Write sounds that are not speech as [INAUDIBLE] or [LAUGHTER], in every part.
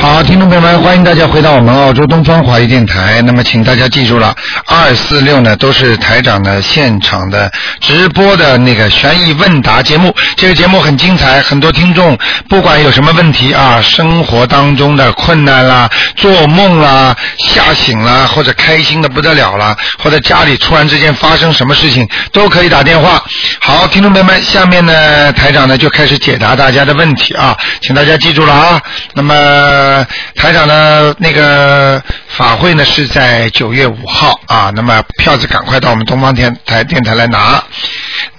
好，听众朋友们，欢迎大家回到我们澳洲东方华语电台。那么，请大家记住了，二四六呢都是台长的现场的直播的那个悬疑问答节目。这个节目很精彩，很多听众不管有什么问题啊，生活当中的困难啦、做梦啦、吓醒啦，或者开心的不得了啦，或者家里突然之间发生什么事情，都可以打电话。好，听众朋友们，下面呢，台长呢就开始解答大家的问题啊，请大家记住了啊。那么。呃，台长呢，那个法会呢是在九月五号啊，那么票子赶快到我们东方电台电台来拿。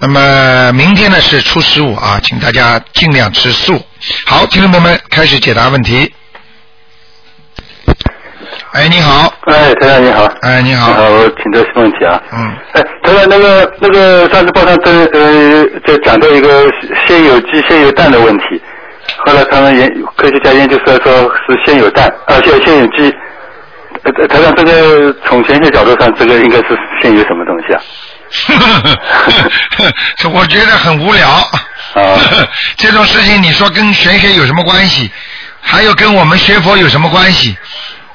那么明天呢是初十五啊，请大家尽量吃素。好，听众朋友们，开始解答问题。哎，你好，哎，台长你好。哎，你好，好，我请教些问题啊。嗯，哎，台长，那个那个上次报上登呃，就讲到一个先有鸡先有蛋的问题，后来他们研科学家研究出来说是先有蛋，啊先先有鸡。呃台长，这个从玄学角度上，这个应该是先有什么东西啊？ [LAUGHS] 我觉得很无聊。啊 [LAUGHS] 这种事情你说跟玄学有什么关系？还有跟我们学佛有什么关系？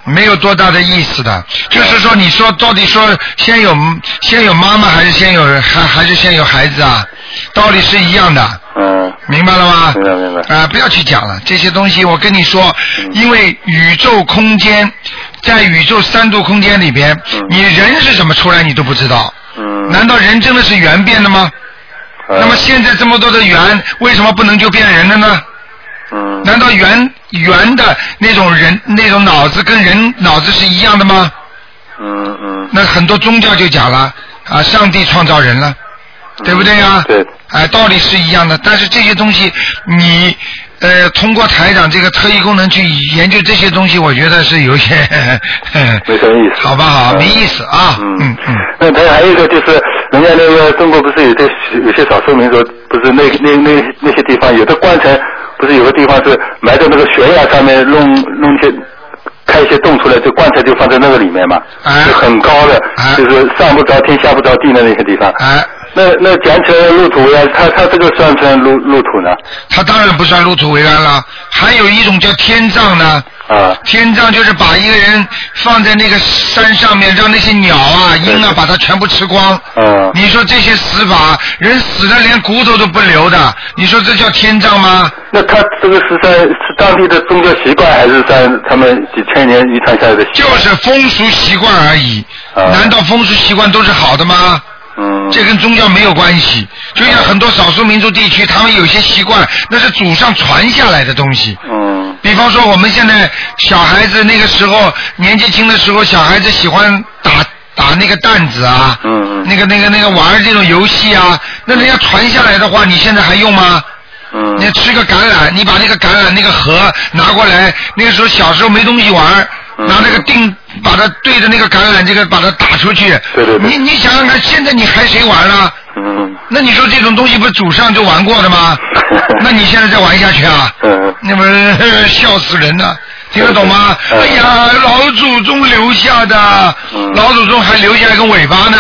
没有多大的意思的，就是说，你说到底说先有先有妈妈还是先有还还是先有孩子啊？道理是一样的，嗯明白了吗？明白明白嗯啊、不要去讲了，这些东西我跟你说，因为宇宙空间，在宇宙三度空间里边，嗯你人是怎么出来你都不知道，嗯。难道人真的是圆变的吗？呃那么现在这么多的圆，为什么不能就变人了呢？嗯难道圆圆的那种人那种脑子跟人脑子是一样的吗？嗯嗯那很多宗教就讲了啊，上帝创造人了，嗯对不对呀、 [LAUGHS] 啊？对。哎，道理是一样的，但是这些东西你呃通过台长这个特异功能去研究这些东西，我觉得是有些 [LAUGHS] 没什么意思好吧好，嗯没意思啊。嗯嗯嗯。 [LAUGHS] 那他还有一个就是，人家那个中国不是有些有些少数民族，不是那那那那些地方有的棺材，不是有个地方是埋在那个悬崖上面弄弄些开一些洞出来，这棺材就放在那个里面嘛，哎就很高的，哎就是上不着天下不着地的那些地方。哎，那那讲起来入土呀，他他这个算不算入入土呢？他当然不算入土为安了，还有一种叫天葬呢。啊，天葬就是把一个人放在那个山上面，让那些鸟啊、鹰啊对把它全部吃光。嗯你说这些死法，人死了连骨头都不留的，你说这叫天葬吗？那他这个是在是当地的宗教习惯，还是在他们几千年遗传下来的习就惯？是风俗习惯而已。啊难道风俗习惯都是好的吗？嗯，这跟宗教没有关系。就像很多少数民族地区，他们有些习惯，那是祖上传下来的东西。嗯。比方说，我们现在小孩子那个时候年纪轻的时候，小孩子喜欢打打那个弹子啊，嗯嗯那个那个那个玩儿这种游戏啊，那人家传下来的话，你现在还用吗？嗯你吃个橄榄，你把那个橄榄那个核拿过来，那个时候小时候没东西玩儿，嗯拿那个钉把它对着那个橄榄这个把它打出去，对对对你你想想看，现在你还谁玩了？嗯那你说这种东西不是祖上就玩过的 [LAUGHS] 吗？那你现在再玩下去啊？嗯那不是笑死人了，听得懂吗？嗯哎呀，老祖宗留下的，嗯老祖宗还留下一个尾巴呢，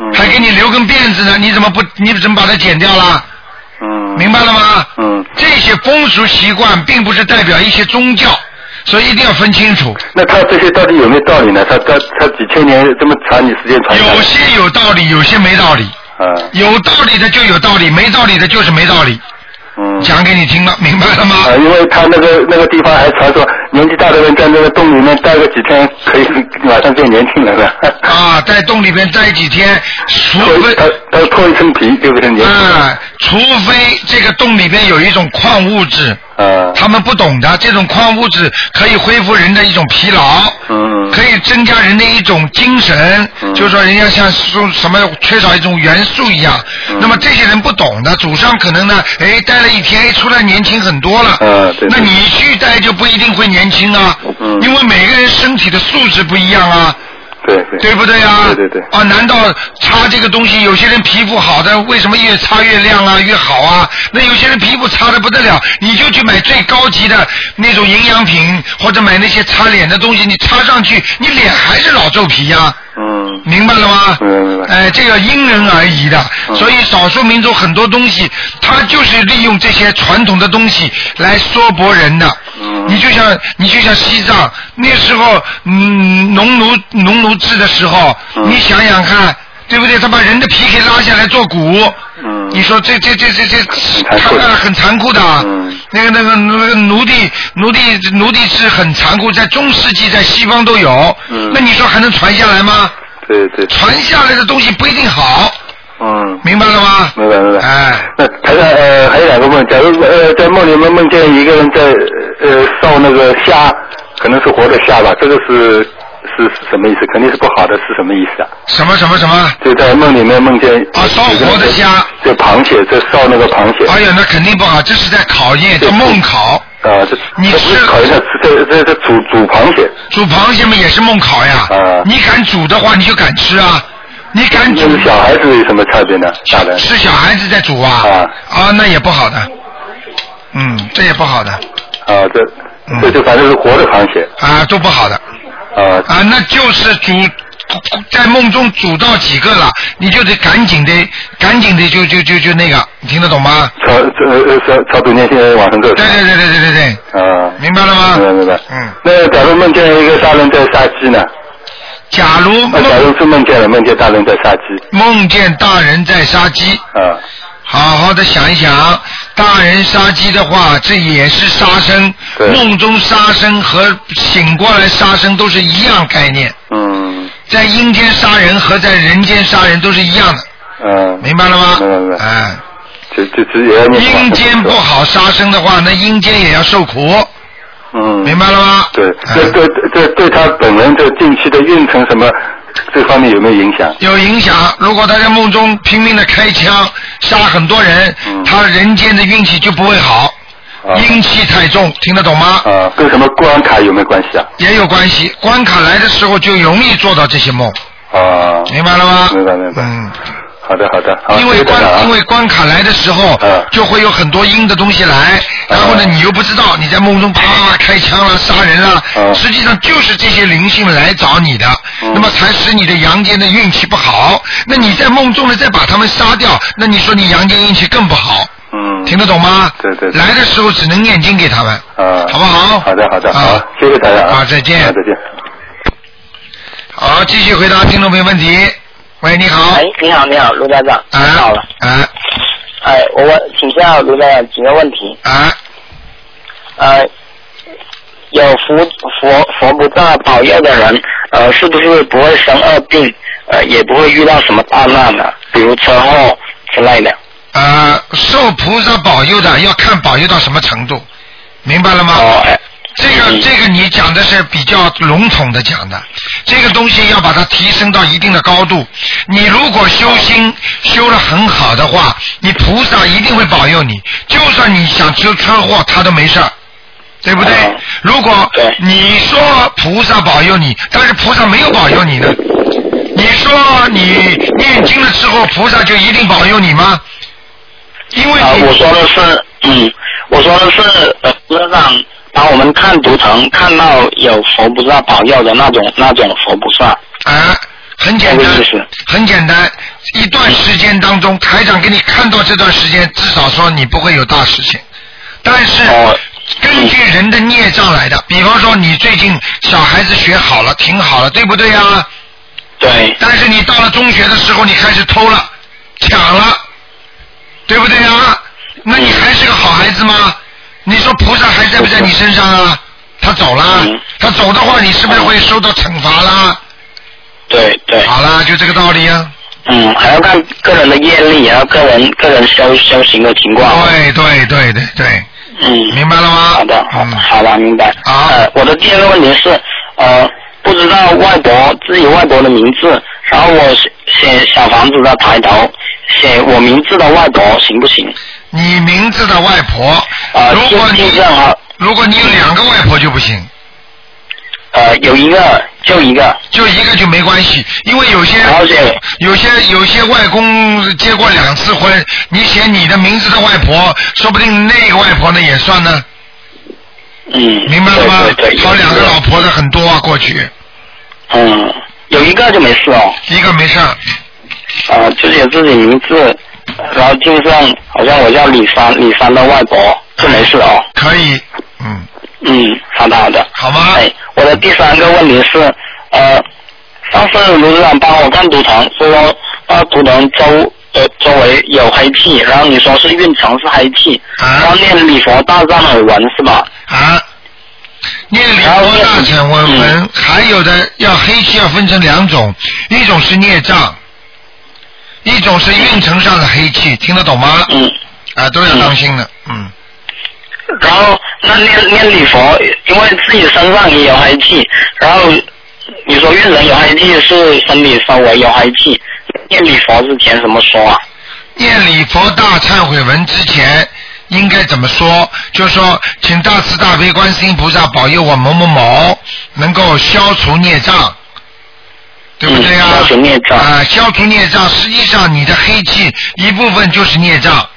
嗯还给你留根辫子呢，你怎么不，你怎么把它剪掉了？嗯，明白了吗？嗯，这些风俗习惯并不是代表一些宗教，所以一定要分清楚。那他这些到底有没有道理呢？他他他几千年这么长你时间传下来，有些有道理，有些没道理。啊，有道理的就有道理，没道理的就是没道理。嗯，讲给你听了，明白了吗？啊，因为他那个那个地方还传说，年纪大的人在那个洞里面待个几天，可以马上变年轻人了。 [LAUGHS] 啊，在洞里边待几天，除脱非一他他脱一层皮就变成年轻人。啊，除非这个洞里边有一种矿物质，啊，他们不懂的，这种矿物质可以恢复人的一种疲劳，嗯，可以增加人的一种精神，嗯就是说人家像说什么缺少一种元素一样。嗯那么这些人不懂的，祖上可能呢，哎，待了一天，哎，出来年轻很多了。嗯对对那你去待就不一定会年轻啊，嗯因为每个人身体的素质不一样啊。对对。对不对啊？对对对啊，难道擦这个东西，有些人皮肤好的，为什么越擦越亮啊，越好啊？那有些人皮肤差的不得了，你就去买最高级的那种营养品，或者买那些擦脸的东西，你擦上去，你脸还是老皱皮呀、嗯明白了吗？明白明白哎，这个因人而异的，嗯所以少数民族很多东西，它就是利用这些传统的东西来说博人的。嗯你就像你就像西藏那时候，嗯，农奴农奴制的时候，嗯你想想看，对不对？他把人的皮给拉下来做鼓。嗯你说这这这这这，残他酷的那很残酷的啊，嗯那个那个那个奴隶奴隶奴隶制很残酷，在中世纪在西方都有，嗯那你说还能传下来吗？对对，传下来的东西不一定好，嗯。明白了吗？明白明白哎，那台长呃还有两个梦，假如呃在梦里面梦见一个人在呃烧那个虾，可能是活的虾吧，这个是是是什么意思？肯定是不好的，是什么意思啊？什么什么什么？就在梦里面梦见啊烧活的虾，就螃蟹，在烧那个螃蟹哎呀，那肯定不好，这是在考验，叫梦考。啊，这你这不吃是考验他这这这煮煮螃蟹，煮螃蟹嘛也是梦考哎呀啊，你敢煮的话你就敢吃啊，你敢那煮是小孩子有什么差别呢？大人是小孩子在煮啊啊，啊那也不好的，嗯，这也不好的啊，这嗯这就反正是活的螃蟹啊，都不好的啊，啊，那就是煮。在梦中煮到几个了，你就得赶紧的，赶紧的就就就就那个，你听得懂吗？超呃超超度念现在往上走对对对对对对对，啊。明白了吗？明白明白。嗯，那假如梦见一个大人在杀鸡呢？假如那假梦如是梦见了，梦见大人在杀鸡梦见大人在杀鸡，啊，好好的想一想，大人杀鸡的话，这也是杀生。对梦中杀生和醒过来杀生都是一样概念，嗯在阴间杀人和在人间杀人都是一样的，嗯，明白了吗？明白明白哎，就就就也要念经阴间不，好杀生的话，那阴间也要受苦，嗯，明。白了吗？对，哎这对这对他本人的近期的运程什么这方面有没有影响？有影响。如果他在梦中拼命的开枪杀很多人，嗯他人间的运气就不会好，啊阴气太重，听得懂吗？啊，跟什么关卡有没有关系啊？也有关系。关卡来的时候就容易做到这些梦，啊，明白了吗？明白明白嗯，好的好的，好，因为谢谢台长啊关因为关卡来的时候嗯，就会有很多阴的东西来，然后呢嗯你又不知道，你在梦中啪开枪了、杀人了，嗯实际上就是这些灵性来找你的，嗯那么才使你的阳间的运气不好。那你在梦中呢再把他们杀掉，那你说你阳间运气更不好，嗯，听得懂吗？对对对来的时候只能念经给他们，啊，好不好？好的好的，啊好，，谢谢台长啊再见好再见。好，继续回答听众朋友问题。喂，你好。哎，你好，你好，卢台长，你啊好了。啊哎，我问请教卢台长几个问题。啊！呃，有福佛佛不大保佑的人，呃，是不是不会生恶病，呃，也不会遇到什么大难呢、比如车祸之类的。呃，受菩萨保佑的要看保佑到什么程度，明白了吗？哦，哎，这个嗯这个你讲的是比较笼统的讲的，这个东西要把它提升到一定的高度。你如果修心修得很好的话，你菩萨一定会保佑你，就算你想出车祸，他都没事儿。对不对嗯？如果对你说菩萨保佑你，但是菩萨没有保佑你呢？你说你念经了之后，菩萨就一定保佑你吗？因为啊、你我说的是，嗯，我说的是，呃，菩萨长帮我们看图腾，看到有佛菩萨保佑的那种那种佛菩萨。啊，很简单我的意思，很简单。一段时间当中，台长给你看到这段时间，至少说你不会有大事情。但是哦根据人的孽障来的，比方说你最近小孩子学好了，挺好了，对不对啊？对，但是你到了中学的时候，你开始偷了、抢了，对不对啊？那你还是个好孩子吗？你说菩萨还在不在你身上啊？他走了嗯，他走的话，你是不是会受到惩罚啦？对，对。好啦，就这个道理啊。嗯，还要看个人的业力，还有个人个人修修行的情况。对对对对对，嗯，明白了吗？好的，好嗯的，好了，明白。好呃，我的第二个问题是，呃，不知道外婆自己外婆的名字，然后我写写小房子的抬头，写我名字的外婆行不行？你名字的外婆，啊、如就果就你这样啊。如果你有两个外婆就不行，呃，有一个，就一个。就一个就没关系，因为有些了解有些有些外公结过两次婚，你写你的名字的外婆，说不定那个外婆呢也算呢，嗯。明白了吗对对对。？有好一两个老婆的很多啊，过去嗯，有一个就没事哦。一个没事儿，啊、就写自己名字，然后就上好像我叫李三，李三的外婆就没事哦。可以，嗯，嗯，好的好的。好吗？哎，我的第三个问题是，呃，上次卢组长帮我看图腾，是说呃图腾周呃周围有黑气，然后你说是运程是黑气，啊然后念礼佛大忏悔文是吧？啊，念礼佛大忏悔啊嗯文，还有的要黑气要分成两种，一种是孽障，一种是运程上的黑气，听得懂吗？嗯，啊，都要当心的，嗯，然后那念念礼佛，因为自己身上也有黑气，然后你说运人有黑气是身体稍微有黑气，念礼佛之前怎么说啊？念礼佛大忏悔文之前。应该怎么说？就说，请大慈大悲观世音菩萨保佑我某某某能够消除孽障，对不对呀、嗯消除孽障啊，消除孽障，实际上你的黑气一部分就是孽障。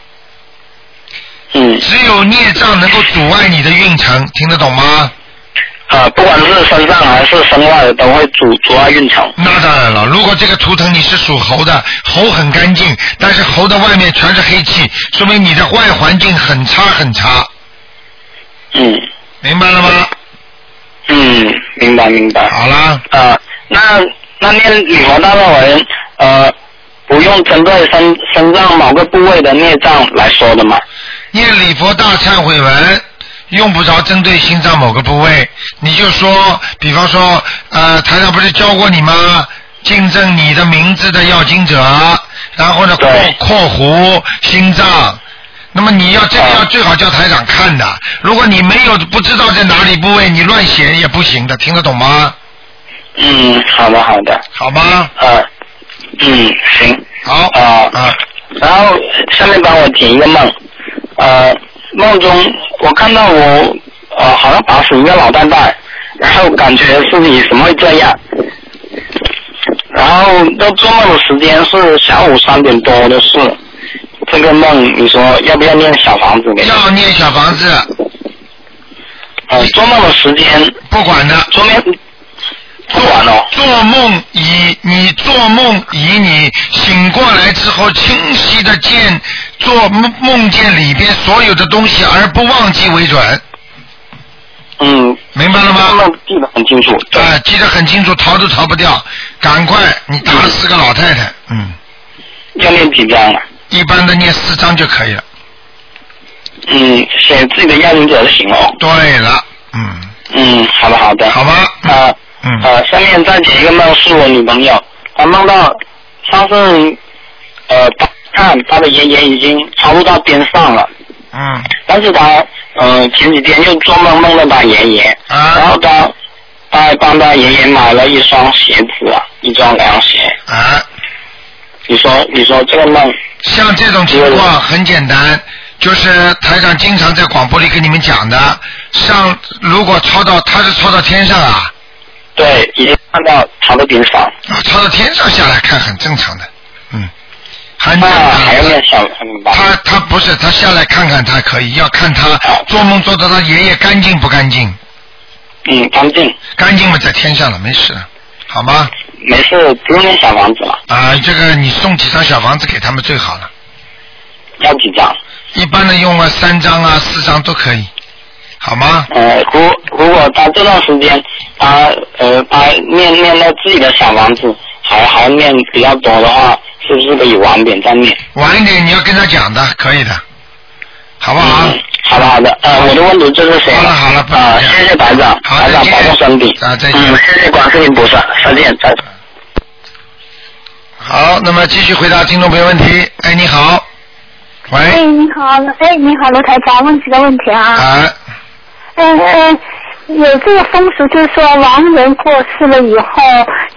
嗯，只有孽障能够阻碍你的运程，听得懂吗？呃，不管是身上还是身外的，都会阻阻碍运程。那当然了，如果这个图腾你是属猴的，猴很干净，但是猴的外面全是黑气，说明你的外环境很差很差，嗯。明白了吗？嗯，明白明白。好啦，呃，那那念礼佛大忏悔文，呃，不用针对身身上某个部位的孽障来说的嘛？念礼佛大忏悔文。用不着针对心脏某个部位，你就说，比方说，呃，台上不是教过你吗？竞争你的名字的要经者，然后呢，括对括弧心脏，那么你要这个啊要最好叫台长看的，如果你没有不知道在哪里部位，你乱写也不行的，听得懂吗？嗯，好的好的，好吗？呃，嗯，行。好啊啊，然后下面帮我解一个梦，呃，梦中我看到我呃好像打死一个老太太，然后感觉自己怎么会这样，然后那做梦的时间是下午三点多的事，这个梦你说要不要念小房子给他？要念小房子，呃，做梦的时间不管的，昨天不管哦，做梦以你做梦以你醒过来之后清晰的见做梦梦见里边所有的东西而不忘记为准，嗯，明白了这个吗？梦嗯记得很清楚，对，啊，记得很清楚，逃都逃不掉，赶快你打死个老太太，嗯，要念几张啊？一般的念四张就可以了。嗯，写自己的要领者就行哦。对了，嗯，嗯，好的好的。好吧，呃嗯呃，下面再解一个梦，是我女朋友，她梦到上次呃，她看她的爷爷已经超度到边上了，嗯，但是她呃前几天又做梦梦到她爷爷，然啊后她她还帮她爷爷买了一双鞋子啊，一双凉鞋。啊，你说你说这个梦，像这种情况很简单，就是台长经常在广播里跟你们讲的，上如果超到他是超到天上啊，对，已经看到超到边上，啊超到天上下来看很正常的，嗯，很那正常啊还要的念小嗯吧？他他不是他下来看看他可以，要看他啊做梦做到他爷爷干净不干净，嗯，干净，干净嘛在天上了，没事了，好吗？没事，不用念小房子了，啊，这个你送几张小房子给他们最好了。要几张？一般的用啊，三张啊，四张都可以，好吗？呃，如如果他这段时间他呃他念念到自己的小房子还还念比较多的话，是不是可以晚点再念？晚一点你要跟他讲的，可以的，好不好？嗯，好的好的，呃，我的问题就是谁？好了好了不呃，这样谢谢台长，好台长再保见重身体。啊再见嗯，谢谢观世音菩萨，再见再见。好，那么继续回答听众朋友问题。哎，你好，哎，喂，你好，哎，你好，罗台长，问几个问题啊？呃啊，嗯嗯，有这个风俗，就是说亡人过世了以后，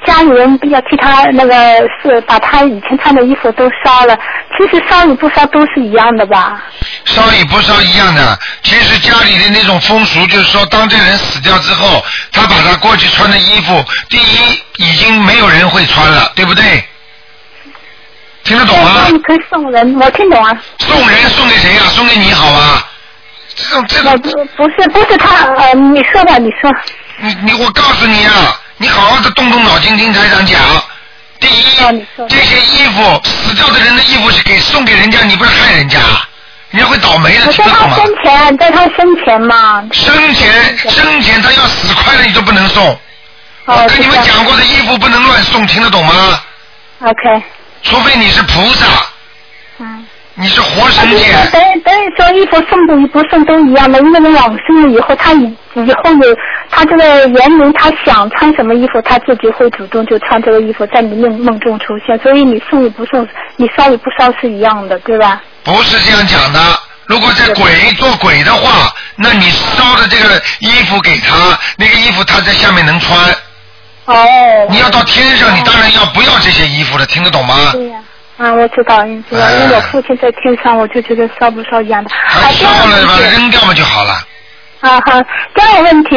家里人比较替他那个是把他以前穿的衣服都烧了，其实烧与不烧都是一样的吧？烧与不烧一样的。其实家里的那种风俗就是说，当这人死掉之后，他把他过去穿的衣服，第一已经没有人会穿了，对不对？听得懂吗那？你可以送人，我听懂啊。送人送给谁呀、啊送给你好吧？这种这我种呃不不是不是他呃，你说吧，你说。你你嗯我告诉你啊，你好好的动动脑筋听台长讲。第啊你一说，这些衣服死掉的人的衣服是给送给人家，你不是害人家，人家会倒霉的，我听在得懂他吗？生前，在他生前嘛。生前生前他要死快了，你都不能送。哦我，跟你们知道讲过的衣服不能乱送，听得懂吗？ OK，除非你是菩萨，嗯。你是活那神就是界。等于等于说，衣服送不不送都一样的，因为人往生了以后，他以以后有他这个原灵，他想穿什么衣服，他自己会主动就穿这个衣服，在你梦梦中出现。所以你送与不送，你烧与不烧是一样的，对吧？不是这样讲的。如果在鬼做鬼的话，那你烧的这个衣服给他，那个衣服他在下面能穿。哦。你要到天上，你当然要不要这些衣服了，听得懂吗？对呀、嗯，我知道，你知道，因为我父亲在天上，我就觉得烧不烧一样的。啊，还第烧二了个把问它题，扔掉嘛就好了。啊好，第二个问题，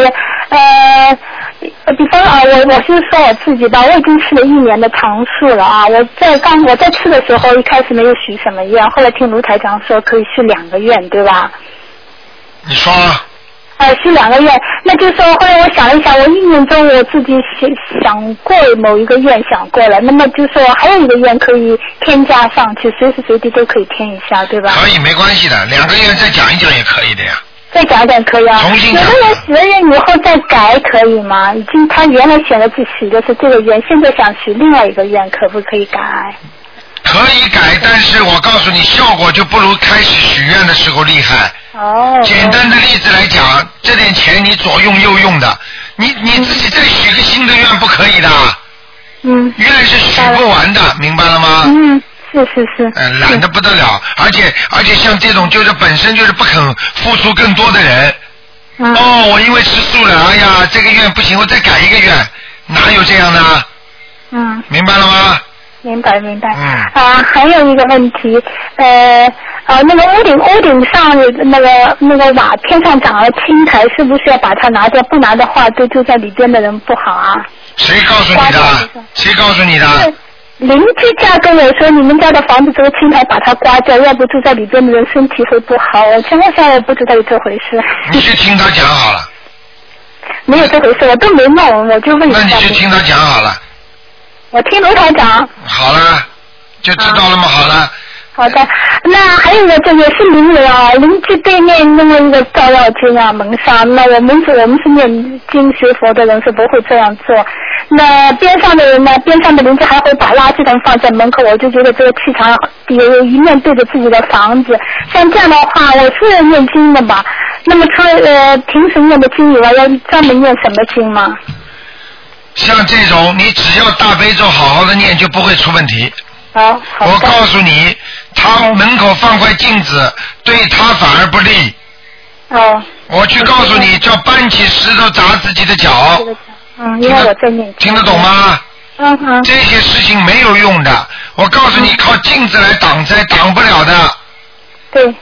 呃，比方啊，我我就说我自己吧，我已经吃了一年的糖素了啊。我在刚我在吃的时候，一开始没有许什么愿，后来听卢台长说可以许两个愿，对吧？你说呃，许两个愿，那就是说，后来我想了一想，我一年中我自己想想过某一个愿想过了，那么就是我还有一个愿可以添加上去，随时随地都可以添一下，对吧？可哎以没关系的，两个月再讲一讲也可以的呀。再讲一讲可以啊。重新有讲的人许了愿以后再改可以吗？已经他原来选择自己许的是这个愿，现在想许另外一个愿，可不可以改？可以改，但是我告诉你，效果就不如开始许愿的时候厉害。哦。简单的例子来讲，这点钱你左用右用的，你你自己再许个新的愿不可以的，嗯。愿是许不完的，明白了吗？嗯，是是是。呃，懒得不得了，而且而且像这种就是本身就是不肯付出更多的人，嗯。哦，我因为吃素了，哎呀，这个愿不行，我再改一个愿，哪有这样的？嗯。明白了吗？明白明白。嗯啊，还有一个问题，呃呃，那个屋顶屋顶上有那个那个瓦片上长了青苔，是不是要把它拿掉？不拿的话，对住在里边的人不好啊。谁告诉你花掉的这个？谁告诉你的？邻居家跟我说，你们家的房子这个青苔把它刮掉，要不住在里边的人身体会不好。我前两天我不知道有这回事，你去听他讲好了，没有这回事，我都没弄，我就问一那下你去你。听他讲好了，我听卢台长，好了，就知道了吗？好了，好的。那还有一个，这也是邻里啊，邻居对面弄了一个照妖镜啊、蒙纱。那我们是我们是念经学佛的人，是不会这样做。那边上的人呢，边上的邻居还会把垃圾桶放在门口，我就觉得这个气场有一面对着自己的房子。像这样的话，我是念经的吧？那么除了呃平时念的经以外，要专门念什么经吗？像这种你只要大悲咒好好的念，就不会出问题。啊，好我的。告诉你，他门口放块镜子，对他反而不利。哦，我去告诉你，叫搬起石头砸自己的脚这，个嗯，因为我在念经。听得懂？吗？嗯嗯。这些事情没有用的。我告诉你，靠镜子来挡灾挡不了的，对。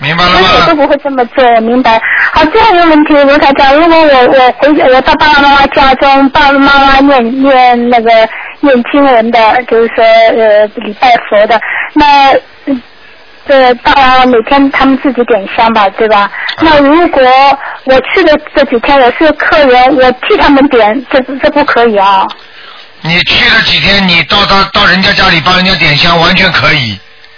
明白了所以我都吗？不会这么做，我明白。好，最后一个问题，卢台长，如果我我回我到爸爸妈妈家中，爸爸妈妈念念那个念经文的，就是说呃礼拜佛的，那嗯呃爸爸妈妈每天他们自己点香吧，对吧？那如果我去的这几天我是客人，我替他们点，这这不可以啊。你去了几天，你到他到人家家里帮人家点香，完全可以。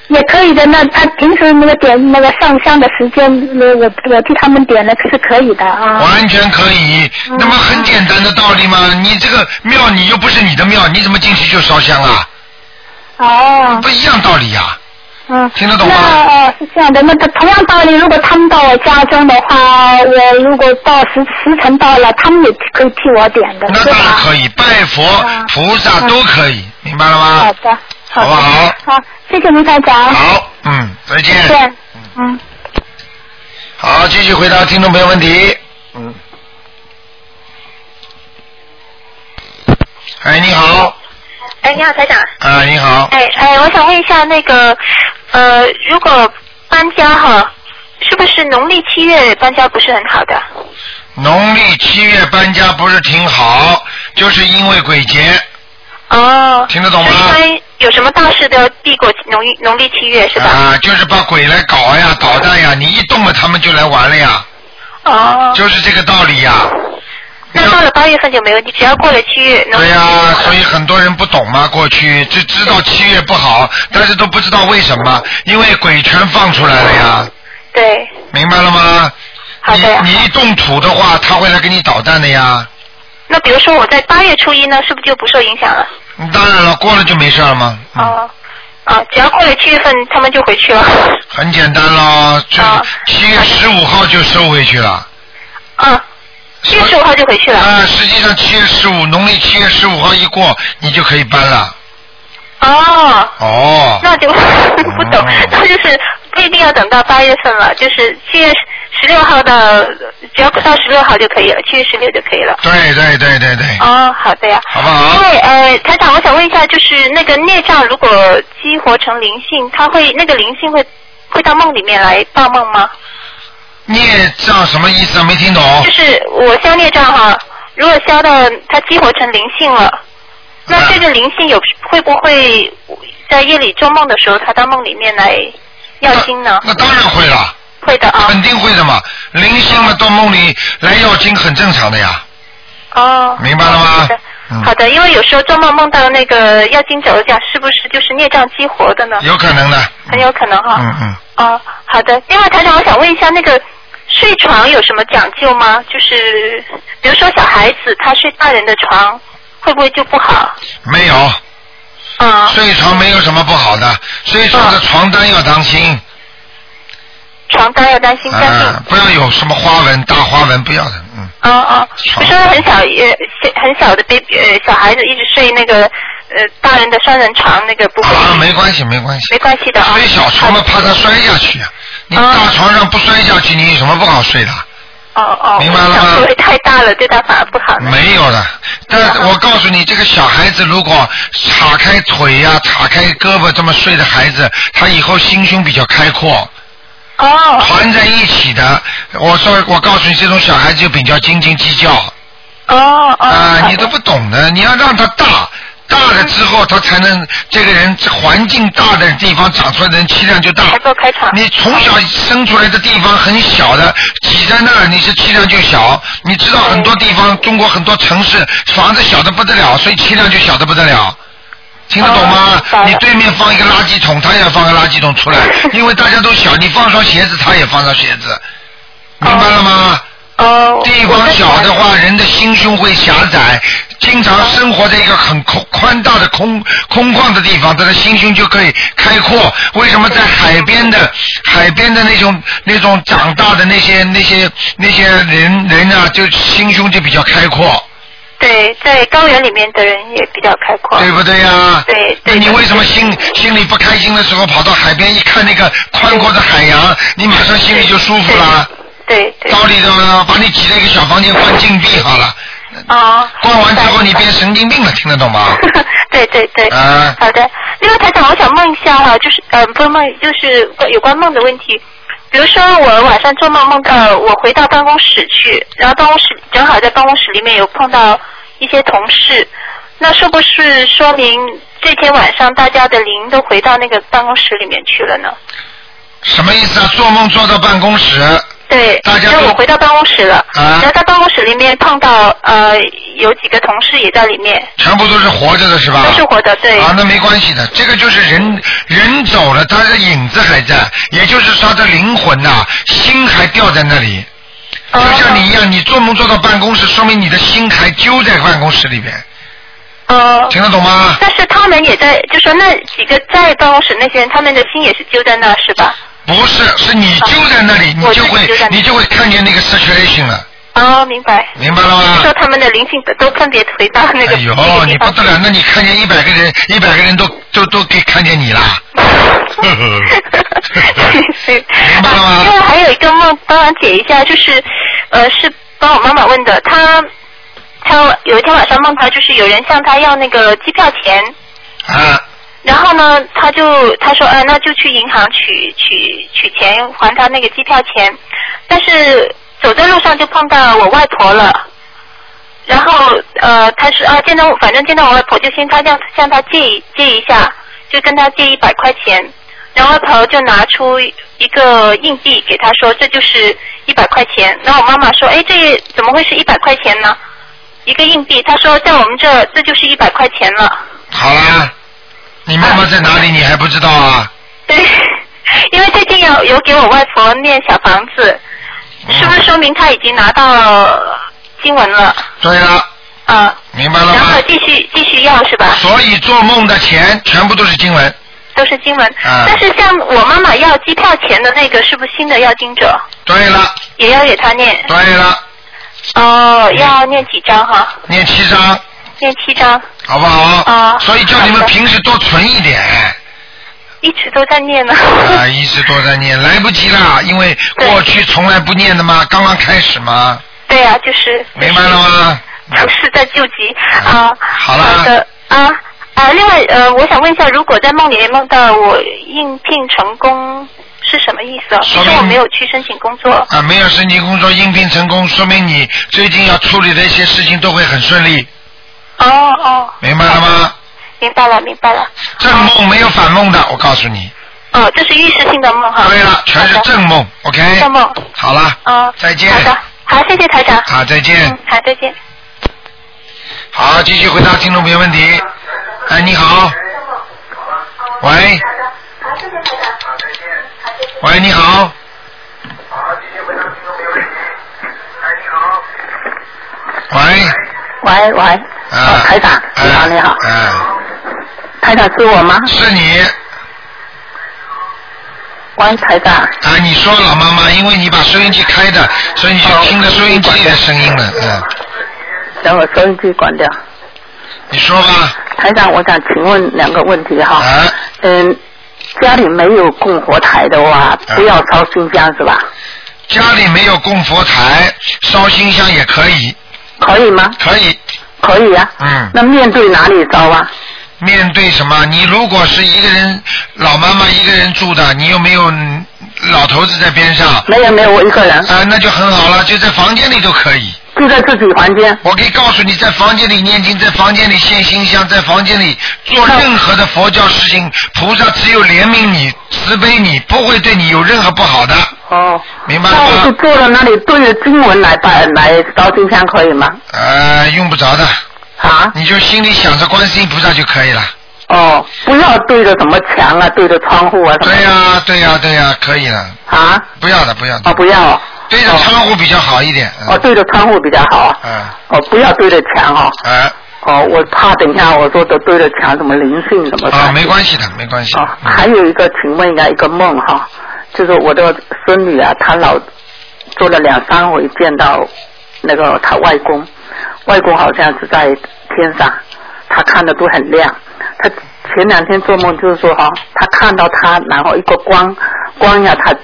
也可以的，那他平时那个点那个上香的时间，呃我我替他们点了是可以的啊。完全可以，嗯那么很简单的道理嘛。你这个庙，你又不是你的庙，你怎么进去就烧香啊？哦。不一样道理啊呀、嗯，听得懂吗那呃是这样的，那同样道理，如果他们到我家中的话，我如果到时时辰到了，他们也可以替我点的，那对当然吧？可以，拜佛、嗯菩萨都可以，明白了好吗？的，好的，好不好好，谢谢卢台长，好，嗯，再再见。见，嗯。好，继续回答听众朋友问题。嗯。哎，你好，哎，你好，台长。啊，你好，哎哎，我想问一下，那个呃，如果搬家哈，是不是农历七月搬家不是很好的？农历七月搬家不是挺好，就是因为鬼节，哦。听得懂吗就哎因为有什么大事都要避过农农历七月是吧？啊，就是把鬼来搞呀、捣蛋呀，你一动了，他们就来玩了呀，哦。就是这个道理呀。那到了八月份就没问题，只要过了七月，农历对呀、七月啊所以很多人不懂嘛，过去只知道七月不好，但是都不知道为什么，因为鬼全放出来了呀，对，明白了吗？好的呀你你一动土的话，他会来给你捣蛋的呀。那比如说我在八月初一呢，是不是就不受影响了？嗯当然了，过了就没事了嘛。嗯、哦，啊，只要过了七月份，他们就回去了。很简单咯，就哦七月十五号就收回去了。嗯，七月十五号就回去了。啊，实际上七月十五，农历七月十五号一过，你就可以搬了。哦，哦，那就 [LAUGHS] 不懂，那就是不一定要等到八月份了，就是七月十六号到，只要到十六号就可以了，七月十六就可以了。对对对对对，哦，好的呀。好不好因为呃，台长，我想问一下，就是那个孽障如果激活成灵性，它会那个灵性会会到梦里面来报梦吗？孽障什么意思啊？没听懂。就是我消孽障哈，如果消到它激活成灵性了，那这个灵性有会不会在夜里做梦的时候，它到梦里面来要经呢？那当然会了，会的啊。肯定会的嘛。灵性嘛，到梦里来要经很正常的呀。哦，明白了吗好的嗯好的，因为有时候做梦梦到那个要经走架，是不是就是孽障激活的呢？有可能的。很有可能哈。嗯嗯。哦，好的。另外，台长，我想问一下，那个睡床有什么讲究吗？就是比如说小孩子他睡大人的床，会不会就不好？没有，嗯，睡床没有什么不好的，睡床的啊床单要当心，床单要担心啊、干净。不要有什么花纹、大花纹，不要的，嗯。哦哦，床比如说很小呃很小的 baby 呃小孩子一直睡那个呃大人的双人床那个不会啊，没关系，没关系。没关系的啊。睡小床嘛，怕他摔下去啊。你啊大床上不摔下去，你有什么不好睡的？哦哦，明白了吗我想会不会太大了，对他反而不好呢？没有的。啊但我告诉你，这个小孩子如果岔开腿呀、岔开胳膊这么睡的孩子，他以后心胸比较开阔，哦团在一起的。我说，我告诉你，这种小孩子就比较斤斤计较哦哦。啊，你好的都不懂的。你要让他大，大了之后，他才能这个人环境大的地方长出来的人气量就大。才够开场。你从小生出来的地方很小的，挤在那儿，你是气量就小。你知道很多地方，中国很多城市房子小的不得了，所以气量就小的不得了。听得懂吗哦？明白了你对面放一个垃圾桶，他也要放个垃圾桶出来，因为大家都小，你放双鞋子，他也放双鞋子，明白了吗？哦，地我方在小的想话，人的心胸会狭窄，经哦常生活在一个很空宽大的空空旷的地方，他的心胸就可以开阔。为什么在海边的海边的那种那种长大的那些那些那些人人啊，就心胸就比较开阔，对，在高原里面的人也比较开阔。对不对呀、 [LAUGHS] 对那对你为什么心心里不开心的时候，跑到海边一看那个宽阔的海洋，你马上心里就舒服了？对对。道理的，把你挤在一个小房间关禁闭好了。哦。逛完之后你变神经病了，听得懂吗？ [LAUGHS] 对对对。啊好的，另外台长，我想问一下哈，就是呃，不是梦，就是关有关梦的问题。比如说，我晚上做梦梦到我回到办公室去，然后办公室正好在办公室里面有碰到一些同事，那是不是说明这天晚上大家的灵都回到那个办公室里面去了呢？什么意思啊？做梦做到办公室，对，大家那都我回到办公室了，啊然后在办公室里面碰到呃有几个同事也在里面，全部都是活着的是吧？都是活的，对，啊，那没关系的，这个就是人人走了，他的影子还在，也就是他的灵魂呐、心还吊在那里。就哦像你一样，你做梦做到办公室，说明你的心还揪在办公室里边，呃，听得懂吗？但是他们也在，就说那几个在办公室那些人，他们的心也是揪在那，是吧？不是，是你揪在那里，你哦我就自己会揪在那里你就会看见那个 situation 了，哦，明白。明白了吗？说他们的灵性都分别回到那个、哎呦那，个你地不方得了，那你看见一百个人，一百个人都都都给看见 [LAUGHS] 你啦。对明白了吗啊另外还有一个梦，帮我解一下，就是呃，是帮我妈妈问的，她他有一天晚上梦到就是有人向他要那个机票钱，啊，然后呢，他就他说，哎，那就去银行取取取钱还他那个机票钱，但是走在路上就碰到我外婆了。然后呃，他是啊，见到我反正见到我外婆就先他向向他借一借一下，就跟他借一百块钱，然后外婆就拿出一个硬币给他说这就是一百块钱，然后我妈妈说，哎，这怎么会是一百块钱呢？一个硬币，他说在我们这儿这就是一百块钱了。 [LAUGHS] 好啦，你妈妈在哪里你还不知道啊？对，因为最近有有给我外婆念小房子，是不是说明她已经拿到经文了？对了，啊，明白了然吗后？继续继续要是吧？所以做梦的钱全部都是经文，都是经文。啊但是像我妈妈要机票钱的那个，是不是新的要经者对了，也要给她念？对了，哦，要念几张哈？念七章，念七张，好不好？啊所以叫你们好的平时多存一点。一直都在念呢。 [LAUGHS] 啊，一直多在念，来不及啦，因为过去从来不念的嘛，刚刚开始嘛，对呀、就是明白了吗？嗯不是在救急啊。好啦的啊啊，另外呃，我想问一下，如果在梦里面梦到我应聘成功是什么意思哦？说其明实我没有去申请工作。啊，没有申请工作应聘成功，说明你最近要处理的一些事情都会很顺利，哦哦，明白了吗？明白了明白了。正梦没有反梦的，我告诉你。哦，这是预示性的梦哈。对了，全是好的正梦，OK。正梦。好了，哦，再见。好的，好，谢谢台长。好，再见嗯。，好，再见。好，继续回答听众朋友问题。哎，你好。喂。喂，你好。喂，喂喂，哦啊，台长，哎你好你好，哎，台长是我吗？是你喂，台长，啊？你说老妈妈，因为你把收音机开的，所以你就听着收音机里的声音哦了，嗯，等我收音机关掉。你说吧，台长，我想请问两个问题哈。啊，嗯，家里没有供佛台的啊话，不要烧新香是吧？家里没有供佛台，烧新香也可以，可以吗？可以，可以啊。嗯那面对哪里烧啊？面对什么？你如果是一个人，老妈妈一个人住的，你又没有嗯老头子在边上，啊、没有没有，我一个人那就很好了，就在房间里就可以。就在自己房间。我可以告诉你，在房间里念经，在房间里献心香，在房间里做任何的佛教事情，菩萨只有怜悯你、慈悲你，不会对你有任何不好的，哦。明白那我了就吗？坐到那里对着经文来拜来烧金香可以吗？呃，用不着的，啊？你就心里想着观世音菩萨就可以了。哦，不要对着什么墙啊，对着窗户啊什么。对呀、对呀、对呀、可以了，啊？不要的，不要哦，的，不要哦。对着窗户比较好一点。嗯哦，对着窗户比较好。啊哦，不要对着墙哦。啊哦，我怕等一下我说的对着墙什么灵性什么的。啊，没关系的，没关系的哦，。还有一个，请问一下一个梦哈，就是我的孙女啊，她老做了两三回见到那个她外公，外公好像是在天上，她看的都很亮。她前两天做梦就是说哈，她看到他，然后一个光光呀，她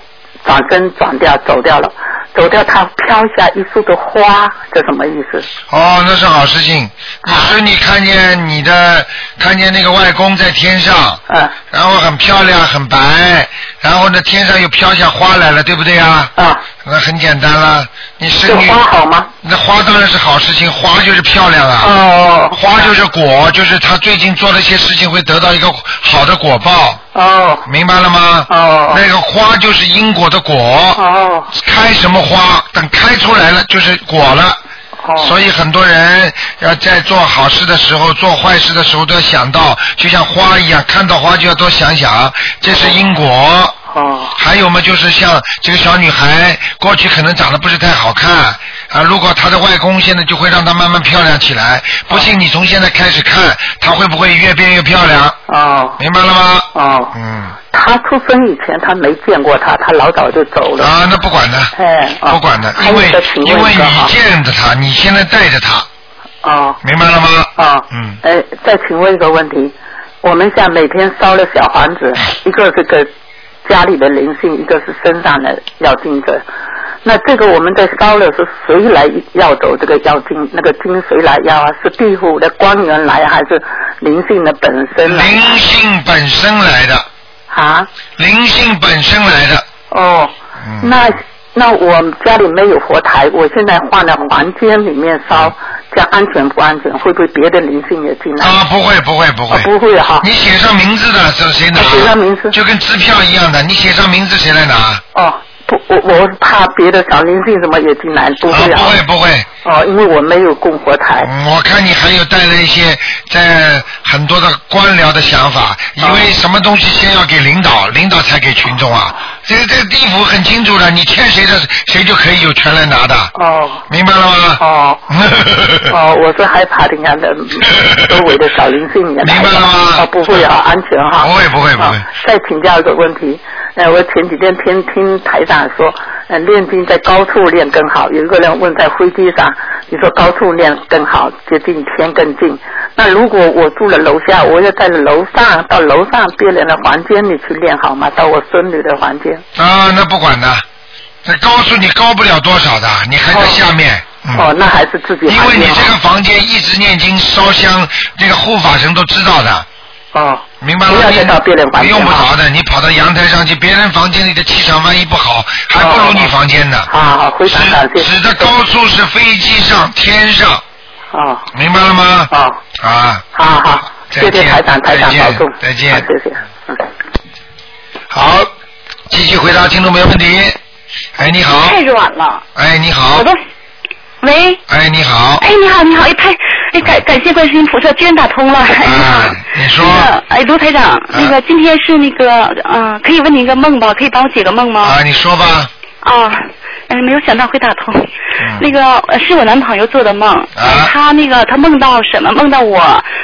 转身转掉走掉了，走掉她飘下一束的花，这什么意思？哦，那是好事情。啊你说你看见你的，看见那个外公在天上，嗯。然后很漂亮，很白，然后呢，天上又飘下花来了，对不对啊？啊，那很简单了，你这是花女，好吗？那花当然是好事情，花就是漂亮啊。哦花就是果，就是他最近做了一些事情会得到一个好的果报，哦明白了吗？哦那个花就是因果的果。哦开什么花，等开出来了就是果了。哦，所以很多人要在做好事的时候、做坏事的时候都要想到，就像花一样，看到花就要多想想，这是因果。哦。还有嘛，就是像这个小女孩，过去可能长得不是太好看啊，如果她的外公现在就会让她慢慢漂亮起来。不信你从现在开始看，她会不会越变越漂亮？哦明白了吗？哦，嗯，他出生以前他没见过他，他老早就走了。啊，那不管的，哎，哦不管的，还因有一为个请因问为一个你哈，见着她，你现在带着她，哦明白了吗？哦，嗯哎，再请问一个问题，我们像每天烧了小房哎子，一个是给家里的灵性，一个是身上的要精者。那这个我们在烧的是谁来要走这个妖精？那个精谁来要啊？是地府的官员来，还是灵性的本身来灵性本身来的，啊？灵性本身来的，哦，嗯，那那我家里没有佛台，我现在放在房间里面嗯烧，这样安全不安全？会不会别的灵性也进来？啊，不会不会不啊会，，不会哈。你写上名字的谁谁拿？写上名字就跟支票一样的，你写上名字谁来拿？啊，哦，不，我我怕别的小灵性什么也进来，不啊不会啊会不会，哦，因为我没有供佛台。嗯我看你还有带了一些在很多的官僚的想啊法，因为什么东西先要给领导，领导才给群众啊。这个这个地府很清楚的，你欠谁的，谁就可以有权来拿的，哦明白了吗？ [LAUGHS] 哦哦，我是害怕人家的嗯周围的小灵性也来明白了吗哦，不会啊，安全哈。不哎会不会不会哦 [LAUGHS] 再请教一个问题，呃，我前几天听听台长说，呃，练经在高处练更好。有一个人问在飞机上，你说高处练更好，接近天更近。那如果我住了楼下，我要在楼上到楼上别人的房间里去练好吗？到我孙女的房间。啊，那不管的，那告诉你高不了多少的，你还在下面。嗯哦，那还是自己因房为你间这好。个房间一直念经烧香，这个护法神都知道的，哦明白了吗？不要再到别人房你间用不啊着的，你跑到阳台上去，别人房间里的气场万一不好，还不如你房间呢。好哦啊好，非常感谢。指指的高处是飞机上、天上，哦明白了吗？哦。啊，好好，谢谢再见台长，台长再见保重，再见好谢谢，嗯。好，继续回答听众朋友问题。哎，你好，太软了，哎，你好我，都。喂，哎，你好，哎，你好，你好，哎，太，哎，感感谢观世音菩萨，居然打通了，哎，你好 [LAUGHS] 啊，你说啊那个哎，卢台长，那个今天是那个，嗯、可以问你一个梦吧？可以帮我解个梦吗？啊，你说吧，啊，嗯，没有想到会打通。嗯那个呃是我男朋友做的梦，哎啊他那个他梦到什么？梦到我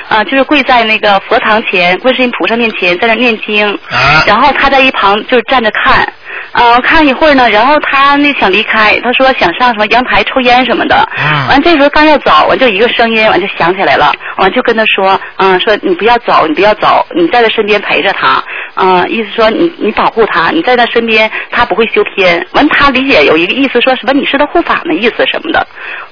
啊、就是跪在那个佛堂前，观世音菩萨面前，在那念经，啊，然后他在一旁就站着看，啊、看一会儿呢，然后他那想离开，他说想上什么阳台抽烟什么的，嗯完这时候刚要走，完就一个声音，完就响起来了，完就跟他说，嗯、说你不要走，你不要走，你在他身边陪着他，嗯、意思说你你保护他，你在他身边，他不会修偏。完他理解有一个意思说什么你是他护法的意思什么的。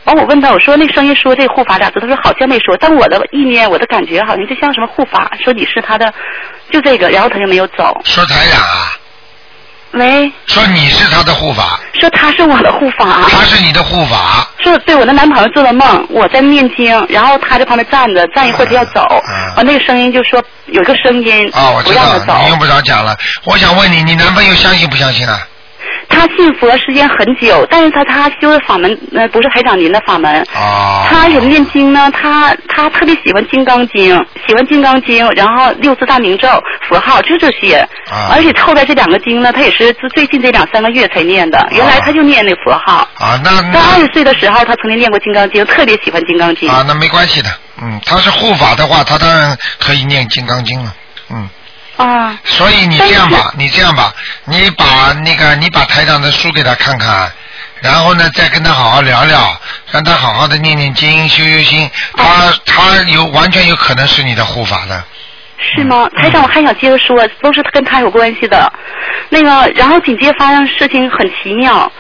完我问他，我说那声音说这护法咋说？他说好像没说，但我的意念我的感觉好像就像什么护法，说你是他的，就这个，然后他就没有走。说台长啊，喂，说你是他的护法，说他是我的护法，他是你的护法，说对我的男朋友做的梦，我在念经，然后他在旁边站着，站一会儿他要走，嗯完、那个声音就说有一个声音、啊，我不知让他道，你用走。不着讲了。我想问你，你男朋友相信不相信啊？他信佛时间很久，但是他他修的法门呃不是台长您的法门。啊，他有念经呢，他他特别喜欢《金刚经》，喜欢《金刚经》，然后六字大明咒、佛号，就这些。啊而且凑在这两个经呢，他也是最最近这两三个月才念的，原来他就念那佛号。啊，那在二那十岁的时候，他曾经念过《金刚经》，特别喜欢《金刚经》啊，那没关系的。嗯，他是护法的话，他当然可以念《金刚经》了。嗯，啊所以你这样吧，你这样吧，你把那个你把台长的书给他看看，然后呢再跟他好好聊聊，让他好好的念念经、修修心。他他有完全有可能是你的护法的。是吗？台长，我还想接着说，都是跟他有关系的。那个，然后紧接着发生事情很奇妙，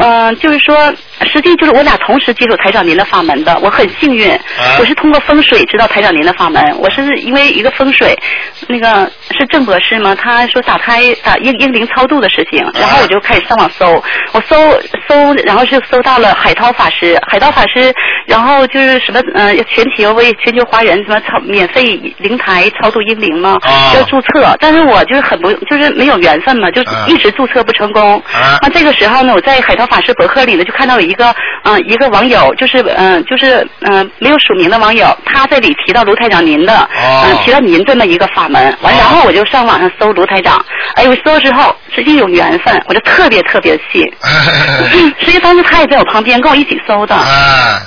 嗯、就是说，实际就是我俩同时接触台长您的法门的，我很幸运，我是通过风水知道台长您的法门，我是因为一个风水，那个是郑博士吗？他说打胎打英英灵超度的事情，然后我就开始上网搜，我搜搜，然后是搜到了海涛法师，海涛法师，然后就是什么嗯、呃，全球为全球华人什么超免费灵台超度英灵嘛，哦要注册，但是我就是很不就是没有缘分嘛，就是嗯一直注册不成功。啊那这个时候呢，我在海涛法师博客里呢，就看到有一个嗯、呃一个网友，就是嗯、呃就是嗯、呃没有署名的网友，他这里提到卢台长您的，哦嗯、提到您这么一个法门，完、哦然后我就上网上搜卢台长，哎，我搜之后直接有缘分，我就特别特别 [LAUGHS] 气。实际当时他也在我旁边跟我一起搜的，啊，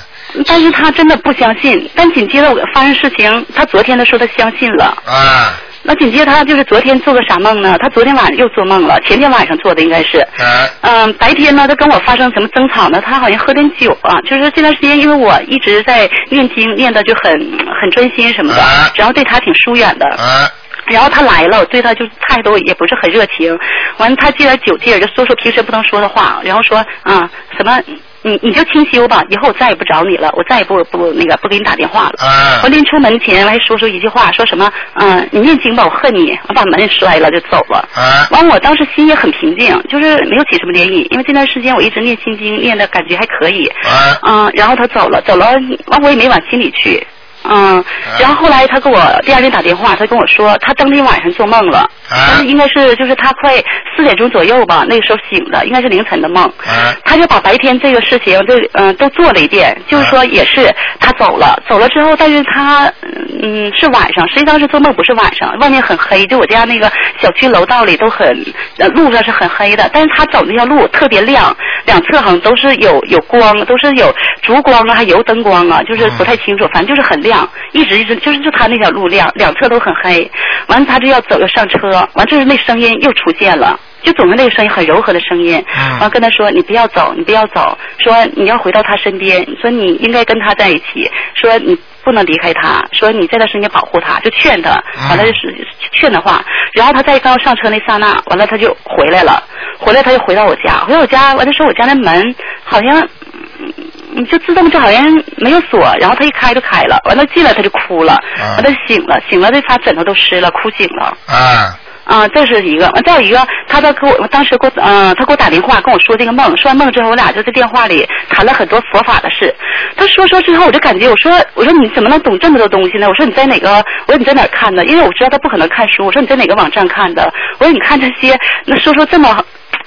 但是他真的不相信。但紧接着我发生事情，他昨天他说他相信了。啊那紧接着他就是昨天做个啥梦呢？他昨天晚上又做梦了，前天晚上做的应该是。啊嗯，白天呢，他跟我发生什么争吵呢？他好像喝点酒啊，就是这段时间，因为我一直在念经，念的就很很专心什么的啊，然后对他挺疏远的。啊然后他来了，我对他就态度也不是很热情。完，他借点酒，借点就说说平时不能说的话，然后说啊什么，你你就清修吧，以后我再也不找你了，我再也不不那个不给你打电话了。啊我，临出门前我还说出一句话，说什么嗯、你念经吧，我恨你，我把门摔了就走了。啊，完，我当时心也很平静，就是没有起什么涟漪，因为这段时间我一直念心经，念的感觉还可以。啊，嗯，然后他走了，走了，完我也没往心里去。嗯，然后后来他给我第二天打电话，他跟我说他当天晚上做梦了，但是应该是就是他快四点钟左右吧，那个时候醒的，应该是凌晨的梦。啊，他就把白天这个事情都嗯、都做了一遍，就是说也是他走了，走了之后，但是他嗯是晚上，实际上是做梦，不是晚上，外面很黑，就我家那个小区楼道里都很呃路上是很黑的，但是他走那条路特别亮，两侧好像都是有有光，都是有烛光啊，还有油灯光啊，就是不太清楚，反正就是很亮，一直一直就是就他那条路亮，两侧都很黑，完了他就要走要上车，完这是那声音又出现了。就总是那个声音很柔和的声音，嗯完跟他说你不要走，你不要走，说你要回到他身边，说你应该跟他在一起，说你不能离开他，说你在他身边保护他，就劝他嗯，完了就是劝的话，然后他在刚上车那刹那，完了他就回来了，回来他就回到我家，回到我家，完他说我家那门好像。嗯，就自动就好像没有锁，然后他一开就开了，完了进来他就哭了，啊完了醒了，醒了这他枕头都湿了，哭醒了。啊，啊，这是一个。啊再有一个，他在给我，我当时给我，嗯、他给我打电话跟我说这个梦，说完梦之后，我俩就在电话里谈了很多佛法的事。他说说之后，我就感觉，我说，我说你怎么能懂这么多东西呢？我说你在哪个？我说你在哪儿看的？因为我知道他不可能看书。我说你在哪个网站看的？我说你看这些，那说说这么。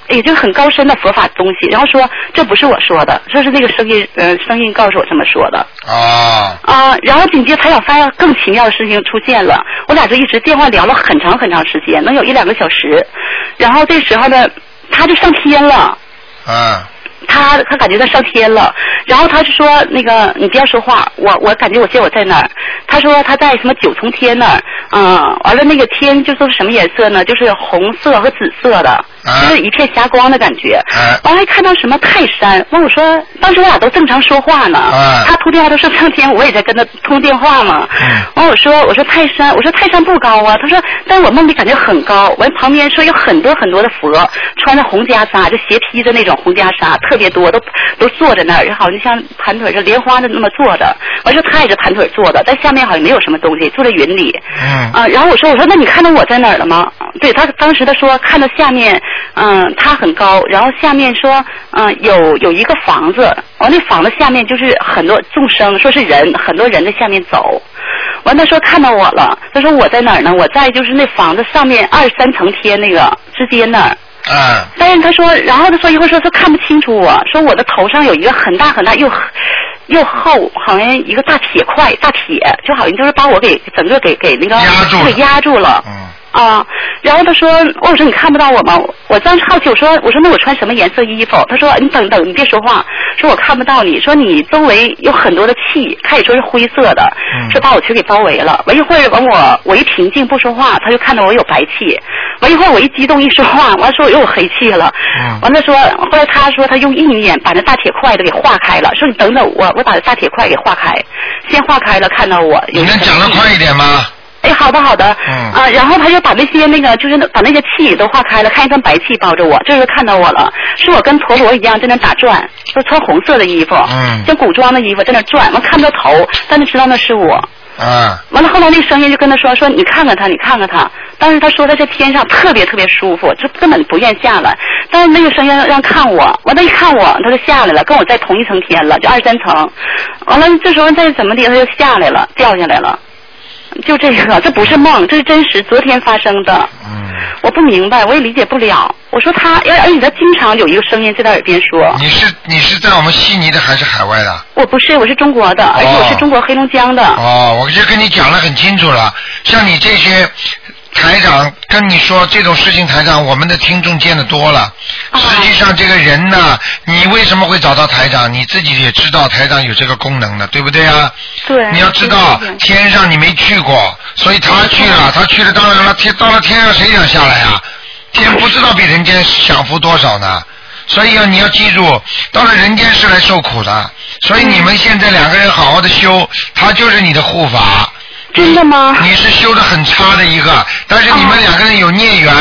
也就是很高深的佛法东西，然后说这不是我说的，说是那个声音，呃，声音告诉我这么说的。哦，啊、然后紧接着台长发现更奇妙的事情出现了，我俩就一直电话聊了很长很长时间，能有一两个小时。然后这时候呢，他就上天了。啊，他他感觉他上天了，然后他就说那个你不要说话，我我感觉我见我在哪儿。他说他在什么九重天那儿，嗯，完了那个天就都是什么颜色呢？就是红色和紫色的，就是一片霞光的感觉。啊哦完了还看到什么泰山，完我说当时我俩都正常说话呢，啊他通电话都说上天，我也在跟他通电话嘛。嗯完我说我说泰山，我说泰山不高啊，他说但是我梦里感觉很高。完旁边说有很多很多的佛，穿着红袈裟，就斜披着那种红袈裟，特别多，都都坐在那儿，好像像盘腿儿就莲花的那么坐着。完说他也是盘腿坐的，但下面好像没有什么东西，坐在云里。嗯，啊，然后我说我说那你看到我在哪儿了吗？对他当时他说看到下面，嗯、他很高，然后下面说，嗯、有有一个房子，完、那房子下面就是很多众生，说是人，很多人在下面走。完他说看到我了，他说我在哪儿呢？我在就是那房子上面二三层天那个之间那儿。啊，但是他说，然后他说一会儿说他看不清楚我，说我的头上有一个很大很大又又厚，好像一个大铁块，大铁，就好像就是把我给整个给给那个压住了给压住了。嗯，啊，然后他说，我说你看不到我吗？我当时好奇，我说我说那我穿什么颜色衣服？他说你等等，你别说话，说我看不到你，说你周围有很多的气，开始说是灰色的，嗯说把我全给包围了。完一会儿，完我我一平静不说话，他就看到我有白气。完一会儿我一激动一说话，完说我又有黑气了。嗯完了说，后来他说他用意念把那大铁块子给化开了，说你等等我，我把大铁块给化开，先化开了看到我。有你能黑讲得气快一点吗？哎，好的好的，嗯啊，然后他就把那些那个就是把那些气都化开了，看一团白气包着我，这就是看到我了，是我跟陀螺一样在那打转，就穿红色的衣服，嗯像古装的衣服在那转，完看不到头，但是知道那是我。啊，完了后来那声音就跟他说说你看看他，你看看他，当时他说他在天上特别特别舒服，就根本不愿下来，但是那个声音让看我，完他一看我，他就下来了，跟我在同一层天了，就二三层，完了这时候再怎么的他就下来了，掉下来了。就这个，这不是梦，这是真实，昨天发生的。嗯，我不明白，我也理解不了。我说他，而而且他经常有一个声音在他耳边说，你是你是在我们悉尼的还是海外的？我不是，我是中国的，而且我是中国黑龙江的。哦，我就跟你讲的很清楚了，像你这些台长跟你说这种事情，台长我们的听众见的多了。啊实际上这个人呢，你为什么会找到台长？你自己也知道台长有这个功能的，对不对啊？对。你要知道对对对天上你没去过，所以他去了，他去了，当然了，天到了天上谁想下来啊？天不知道比人间享福多少呢。所以要你要记住，到了人间是来受苦的。所以你们现在两个人好好的修，他就是你的护法。真的吗？你是修的很差的一个，但是你们两个人有孽缘，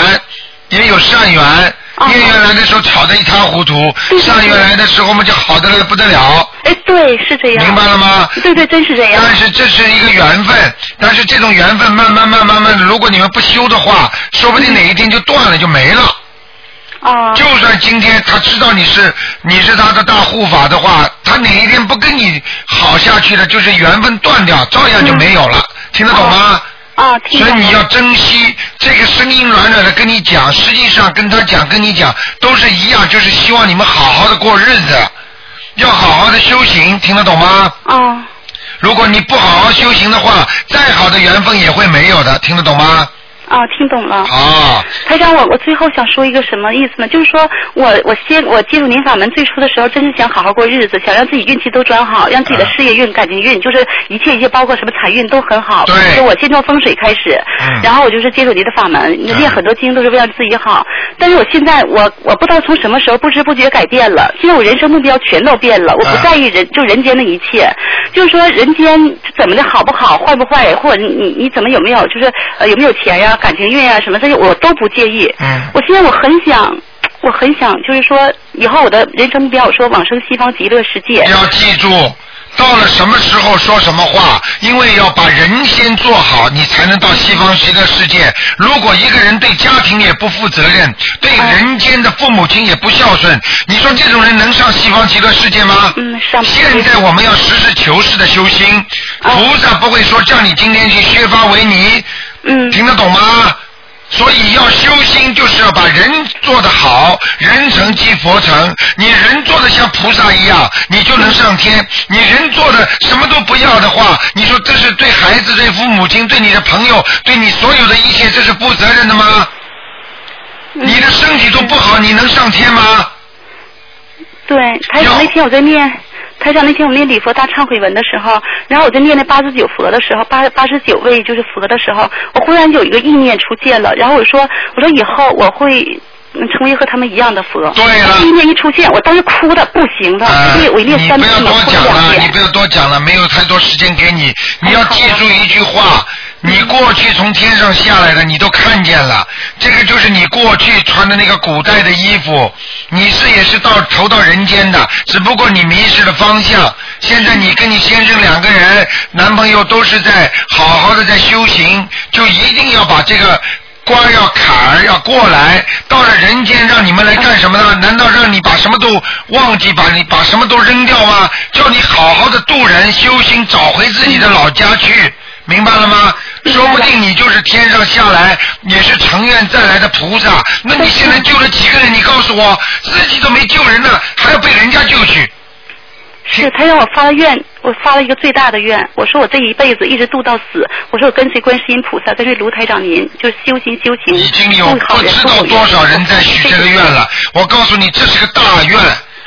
也有善缘。哦孽缘来的时候吵得一塌糊涂，善缘来的时候我们就好的不得了。哎，对，是这样。明白了吗？对对，真是这样。但是这是一个缘分，但是这种缘分慢慢慢慢慢慢，如果你们不修的话，说不定哪一天就断了，就没了。哦。就算今天他知道你是你是他的大护法的话，他哪一天不跟你好下去了，就是缘分断掉，照样就没有了。听得懂吗？啊，嗯听所以懂你了要珍惜这个声音软软的跟你讲，实际上跟他讲跟你讲都是一样，就是希望你们好好的过日子，要好好的修行，听得懂吗？哦，如果你不好好修行的话，再好的缘分也会没有的，听得懂吗？啊，听懂了。啊，台长，我我最后想说一个什么意思呢？就是说我我接我接触您法门最初的时候，真是想好好过日子，想让自己运气都转好，让自己的事业运、感情运，就是一切一切，包括什么财运都很好。对就我先从风水开始，嗯然后我就是接触您的法门，练很多经都是为了自己好。但是我现在我我不知道从什么时候不知不觉改变了，现在我人生目标全都变了，我不嗯在意人就人间的一切，就是说人间怎么的好不好，坏不坏，或者你你你怎么有没有就是呃有没有钱呀、感情运呀、什么这些我都不介意。嗯我现在我很想，我很想，就是说，以后我的人生目标，我说往生西方极乐世界。要记住，到了什么时候说什么话，因为要把人先做好，你才能到西方极乐世界。如果一个人对家庭也不负责任，对人间的父母亲也不孝顺，你说这种人能上西方极乐世界吗？嗯，上现在我们要实事求是的修心，菩萨不会说叫你今天去削发为尼，嗯听得懂吗？所以要修心，就是要把人做得好，人成即佛成。你人做得像菩萨一样，你就能上天；你人做的什么都不要的话，你说这是对孩子、对父母亲、对你的朋友、对你所有的一切，这是负责任的吗？嗯你的身体都不好，你能上天吗？对，台长有那天我在念，台长那天我念礼佛大忏悔文的时候，然后我在念那八十九佛的时候，八八十九位就是佛的时候，我忽然有一个意念出现了，然后我说，我说以后我会。嗯成为和他们一样的佛。对了意念一出现，我当时哭的不行的，啊，所以我念三遍你不嘛，要多哭了讲啊两了，遍你。不要多讲了，没有太多时间给你。你要记住一句话：你过去从天上下来的，你都看见了。这个就是你过去穿的那个古代的衣服，你是也是到投到人间的，只不过你迷失了方向。现在你跟你先生两个人，男朋友都是在好好的在修行，就一定要把这个瓜要坎儿要过来，到了人间让你们来干什么呢？难道让你把什么都忘记，把你把什么都扔掉吗？叫你好好的度人修心，找回自己的老家去，明白了吗？说不定你就是天上下来，也是成愿再来的菩萨。那你现在救了几个人？你告诉我，自己都没救人呢，还要被人家救去。是他让我发了愿，我发了一个最大的愿，我说我这一辈子一直度到死，我说我跟随观世音菩萨，跟随卢台长您，就是修行修行，已经有度好不人知道度多少人在许这个愿这了。我告诉你，这是个大愿。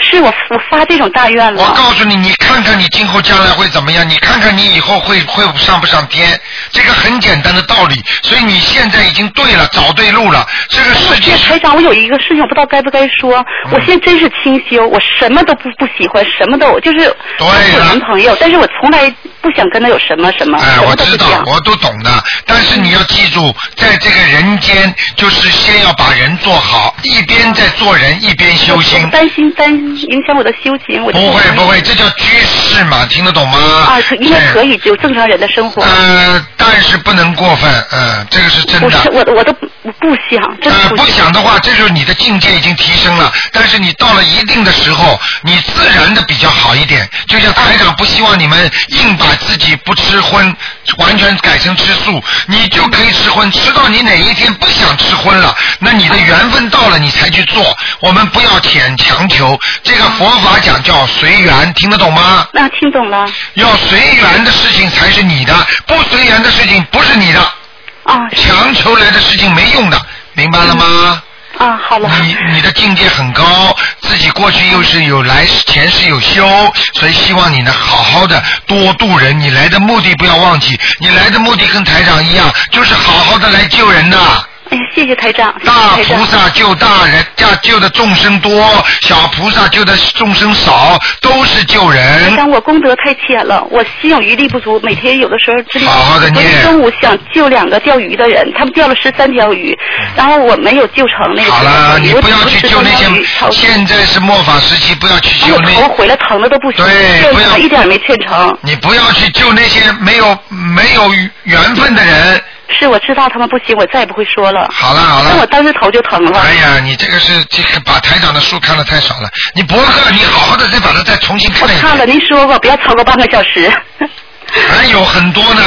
是我我发这种大愿了。我告诉你，你看看你今后将来会怎么样，你看看你以后会会上不上天，这个很简单的道理。所以你现在已经对了，找对路了。这个嗯世这界台是长，我有一个事情我不知道该不该说。我现在真是清修，我什么都不不喜欢，什么都就是对我有了男朋友，但是我从来不想跟他有什么什么，哎，什我么都知不道讲，。嗯我都懂的。但是你要记住，在这个人间，就是先要把人做好，一边在做人，一边修我心。担心担心影响我的修行，我就不会不会，这叫居士嘛，听得懂吗？啊，可应该哎可以有正常人的生活。呃，但是不能过分，嗯、这个是真我的是。我我都不我不想，真呃，不不想。想的话，这就是你的境界已经提升了。但是你到了一定的时候，你自然的比较好一点。就像台长不希望你们硬把自己不吃荤，完全改成吃素，你就可以吃荤，吃到你哪一天不想吃荤了，那你的缘分到了，你才去做。我们不要勉强求，这个佛法讲叫随缘，听得懂吗？那、啊听懂了要随缘的事情才是你的，不随缘的事情不是你的，啊是强求来的事情没用的，明白了吗？啊，好了，你你的境界很高，自己过去又是有来世前世有修，所以希望你呢好好的多度人。你来的目的不要忘记，你来的目的跟台长一样，就是好好的来救人的。哎呀，谢谢台长，谢大谢台菩长。萨救大人，要救的众生多，小菩萨救的众生少，都是救台人。长，我功德太浅了，我心有余力不足，每天有的时候真的，好好地我念一中午想救两个钓鱼的人，他们钓了十三条鱼，然后我没有救成那个。好了，啊你我不要只去是救那些钓鱼，超级现在是末法时期，不要去救我那。头回来疼的都不行，对劝不要他一点也没劝成。你不要去救那些没有没有缘分的人。是我知道他们不行，我再也不会说了。好了好但我了，当时头就疼了。哎呀，你这个是这个把台长的书看的太少了。你博客，你好好的再把它再重新我看一看遍。了，您说过不要超过半个小时，还有很多呢，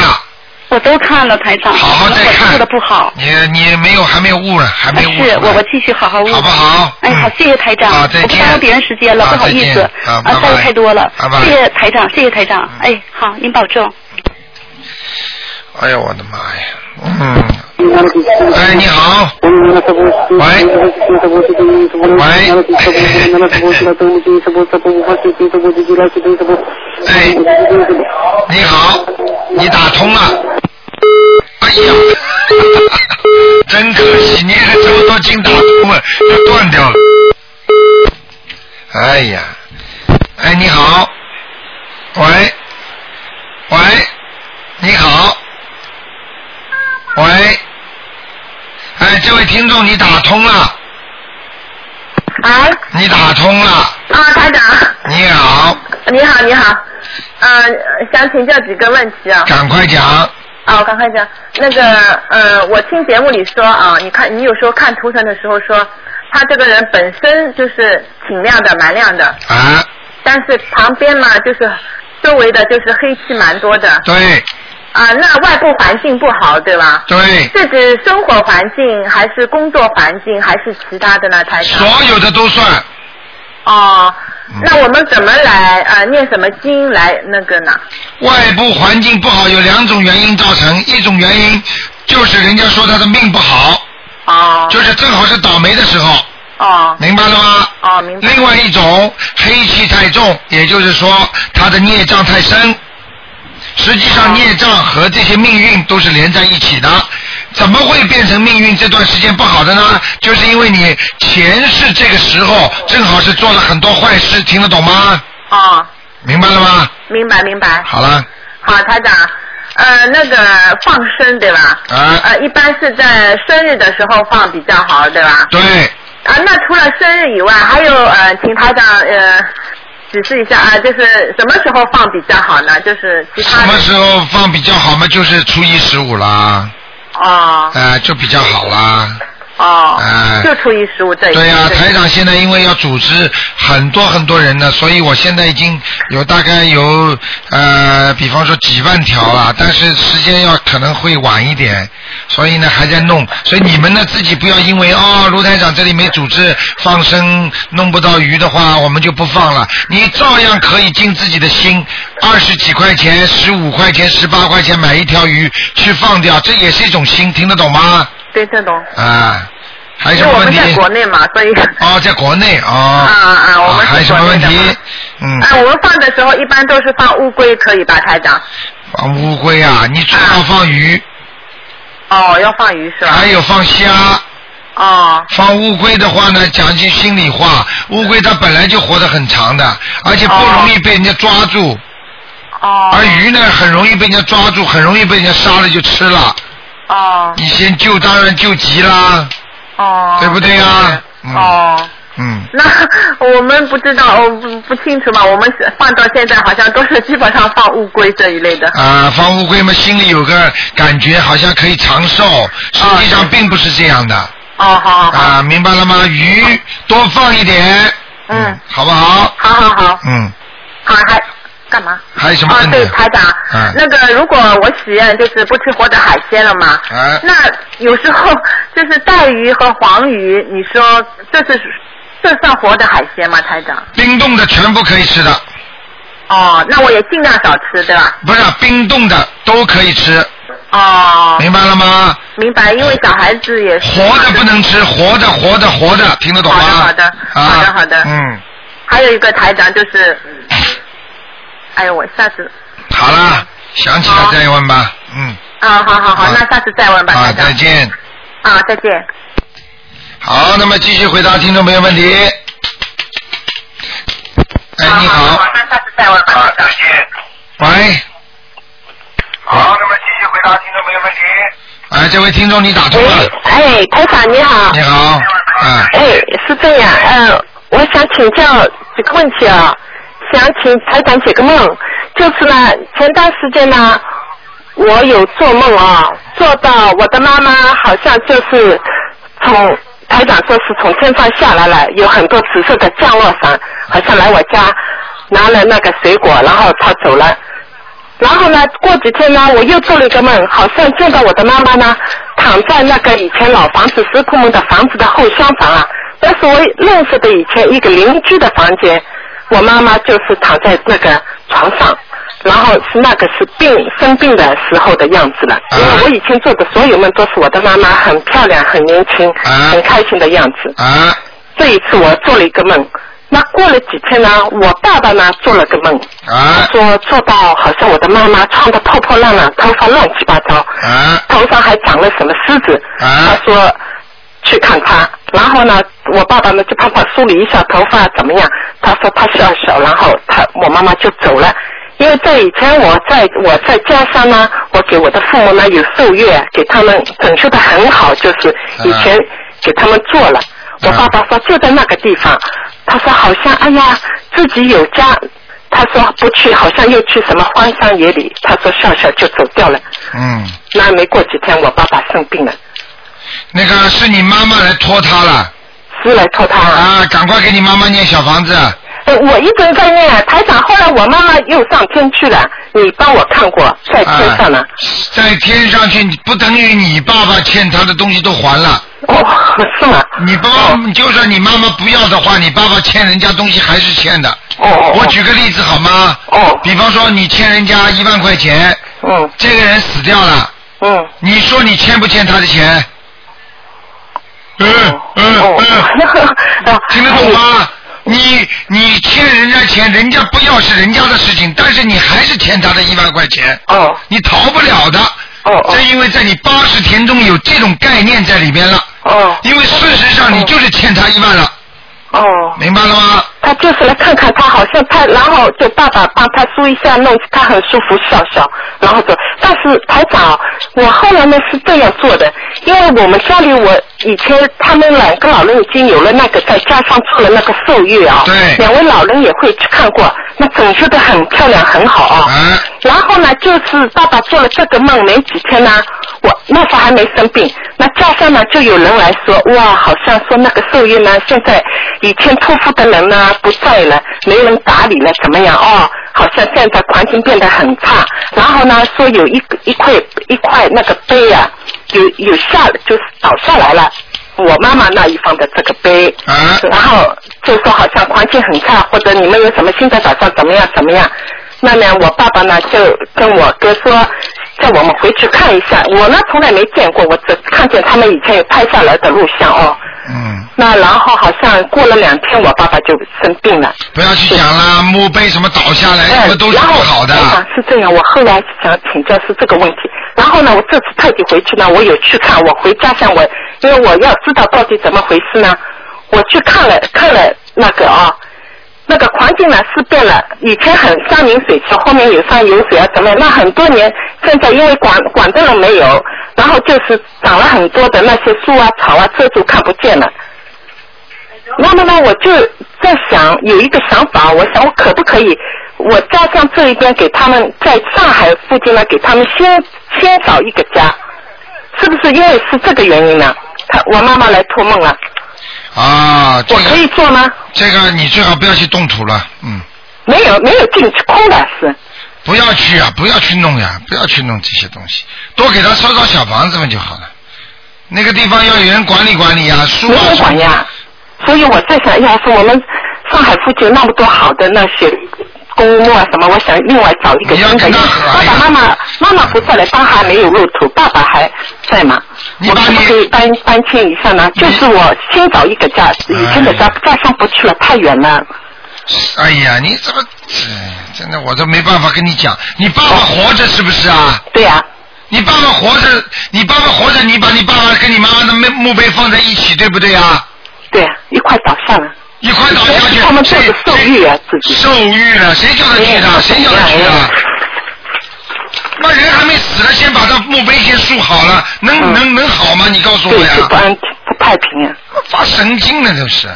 我都看了，台长。好好再我看。做的不好。你你没有还没有悟呢，还没但有悟是出来我我继续好好悟。嗯哎好不好？哎，好嗯，谢谢台长，好我再见不耽误别人时间了，好不好意思，再见好啊拜拜，耽误太多了拜拜，谢谢台长，谢谢台长，嗯哎，好，您保重。哎呀，我的妈呀！嗯。哎，你好。喂。哎喂。哎，你好，你打通了。哎呀，真可惜，你这么多经打通了，又断掉了。哎呀，哎，你好，喂，喂，你好，喂，哎，这位听众，你打通了，哎，你打通了，啊，台长，你好，你好，你好，呃，想请教几个问题啊。赶快讲，啊，我赶快讲，那个呃，我听节目里说啊，你看你有时候看图腾的时候说，他这个人本身就是挺亮的，蛮亮的，啊，但是旁边嘛就是周围的就是黑气蛮多的对啊，那外部环境不好对吧？对，是指生活环境还是工作环境还是其他的呢？台长？所有的都算，哦嗯，那我们怎么来啊？念什么经来那个呢？外部环境不好有两种原因造成，一种原因就是人家说他的命不好，哦就是正好是倒霉的时候，哦明白了吗？哦，明白。另外一种黑气太重，也就是说他的孽障太深。实际啊上，孽障和这些命运都是连在一起的。怎么会变成命运这段时间不好的呢？就是因为你前世这个时候正好是做了很多坏事，听得懂吗？哦，明白了吗？明白明白。好了，好，台长，呃，那个放生对吧？啊呃，一般是在生日的时候放比较好，对吧？对，啊，那除了生日以外，还有呃，请台长呃指示一下啊，就是什么时候放比较好呢？就是其什他的么时候放比较好嘛？就是初一十五啦，哦呃，就比较好啦。哦，哎就初一十五这一对呀、这一台长现在因为要组织很多很多人呢，所以我现在已经有大概有呃，比方说几万条了，但是时间要可能会晚一点，所以呢还在弄，所以你们呢自己不要因为哦卢台长这里没组织放生弄不到鱼的话，我们就不放了，你照样可以尽自己的心，二十几块钱、十五块钱、十八块钱买一条鱼去放掉，这也是一种心，听得懂吗？对这种，啊，还有因什为么我问们题？在国内嘛，所以。 [LAUGHS] 哦，在国内哦。啊啊我们是还有什么问题国内的嘛？嗯，啊，我们放的时候一般都是放乌龟，可以吧，台长？放乌龟啊，你最好放鱼，哦，要放鱼是吧还？有放虾。哦放乌龟的话呢，讲句心里话，乌龟它本来就活得很长的，而且不容易被人家抓住，哦。而鱼呢很容易被人家抓住，很容易被人家杀了就吃了。哦你先救当然救急啦，哦，对不对啊嗯哦，嗯， [LAUGHS] 那我们不知道，我不不清楚嘛。我们是放到现在好像都是基本上放乌龟这一类的。啊，放乌龟嘛，心里有个感觉，好像可以长寿，实际上并不是这样的。哦，啊好好好，啊，明白了吗？鱼多放一点，嗯，好不好？好好好，嗯，好还干嘛？还有什么啊问，题？对，台长，嗯那个如果我许愿就是不吃活的海鲜了嘛，哎那有时候 [LAUGHS] 就是带鱼和黄鱼，你说这是这算活的海鲜吗，台长？冰冻的全部可以吃的，哦，那我也尽量少吃，对吧？不是冰冻的都可以吃，哦，明白了吗？明白，因为小孩子也是活的不能吃，活的活的活的，听得懂吗？好的好的啊好的好的嗯，还有一个台长就是，哎呦，我下次好了，想起来好再问吧。嗯，啊，好好好，好那下次再问吧，啊，台长再。见。啊，再见。好，那么继续回答听众朋友问题。哎，你好，晚上下次再问。啊，再见。喂，好，那么继续回答听众朋友问题。哎，这位听众你打通了，哎，台长你好。你好，啊，哎，是这样，呃，我想请教几个问题啊，想请台长解个梦。就是呢，前段时间呢，我有做梦啊，做到我的妈妈好像就是从台长说是从天上下来了，有很多紫色的降落伞，好像来我家拿了那个水果，然后她走了。然后呢，过几天呢，我又做了一个梦，好像见到我的妈妈呢，躺在那个以前老房子石库门的房子的后厢房啊，那是我认识的以前一个邻居的房间，我妈妈就是躺在那个床上，然后是那个是病生病的时候的样子了。因为我以前做的所有梦都是我的妈妈很漂亮、很年轻、很开心的样子。啊，这一次我做了一个梦，那过了几天呢，我爸爸呢做了个梦，啊，说做到好像我的妈妈穿的破破烂烂，头发乱七八糟，啊，头上还长了什么虱子。啊他说去看他，然后呢，我爸爸呢就帮他梳理一下头发怎么样。他说他需要小，然后他我妈妈就走了。因为在以前我在我在家乡呢，我给我的父母呢有受月，给他们整修的很好，就是以前给他们做了。我爸爸说就在那个地方，他说好像哎呀自己有家，他说不去，好像又去什么荒山野岭，他说笑笑就走掉了。嗯，那没过几天，我爸爸生病了，那个是你妈妈来拖他了是来托他。啊，赶快给你妈妈念小房子，哎，我一直在念台长，后来我妈妈又上天去了，你帮我看过，在天上啊呢。在天上去不等于你爸爸欠他的东西都还了。哦，是吗？哦你爸爸就算你妈妈不要的话，你爸爸欠人家东西还是欠的。哦哦我举个例子好吗？哦，比方说你欠人家一万块钱，嗯这个人死掉了，嗯，你说你欠不欠他的钱？嗯嗯嗯，哦，哎听得懂？吗？你你欠人家钱，人家不要是人家的事情，但是你还是欠他的一万块钱，哦你逃不了的。哦哦这因为在你八十天中有这种概念在里边了，哦因为事实上你就是欠他一万了，哦，明白了吗？他就是来看看他，好像他，然后就爸爸帮他梳一下，弄他很舒服，笑笑，然后走。但是台长，我后来呢是这样做的，因为我们家里我以前他们两个老人已经有了那个在家乡做了那个寿月啊，对两位老人也会去看过，那整修的很漂亮，很好啊。啊然后呢，就是爸爸做了这个梦没几天呢，我那时候还没生病，那家乡呢就有人来说，哇，好像说那个寿运呢，现在以前托付的人呢不在了，没人打理了，怎么样？哦，好像现在环境变得很差。然后呢，说有一个一块一块那个碑啊，有有下就是倒下来了。我妈妈那一方的这个碑，啊然后就说好像环境很差，或者你们有什么新的打算，怎么样怎么样？那呢，我爸爸呢就跟我哥说，叫我们回去看一下。我呢从来没见过，我只看见他们以前有拍下来的录像哦。嗯，那然后好像过了两天，我爸爸就生病了。不要去讲了，墓碑什么倒下来，哎什么都是不好的。然后我想是这样，我后来想请教是这个问题。然后呢，我这次特地回去呢，我有去看，我回家乡我，因为我要知道到底怎么回事呢，我去看了看了那个啊。那个环境呢是变了，以前很山明水秀，后面有山有水啊，怎么样？那很多年，现在因为管管的人没有，然后就是长了很多的那些树啊、草啊，遮住看不见了。那么呢，我就在想有一个想法，我想我可不可以，我家乡这一边给他们在上海附近呢，给他们先先找一个家，是不是因为是这个原因呢？他我妈妈来托梦了，啊，这我可个以做吗？这个你最好不要去动土了，嗯，没有没有进去空的是，不要去啊，不要去弄呀、不要去弄这些东西，多给他烧烧小房子嘛就好了。那个地方要有人管理管理呀、树没啊人什管么。呀。所以我在想，要是我们上海附近那么多好的那些公墓啊什么，我想另外找一个你要新的。跟他爸合呀爸妈妈妈妈不在了，他还没有入土，爸爸还在嘛？你我把可你不可以搬搬迁一下呢？就是我先找一个家，以前的家家乡不去了，太远了。哎呀，你怎么，哎真的我都没办法跟你讲。你爸爸活着是不是啊？对呀、你爸爸活着，你爸爸活着，你把你爸爸跟你妈妈的墓碑放在一起，对不对啊？对，一块倒下了。一块倒下去，他们这谁是受欲啊，自己。受欲了，谁叫他去的？谁叫他去的？那人还没死呢，先把他墓碑先竖好了，能、嗯能能好吗？你告诉我对，呀就，不安，不太平啊。发神经了都是。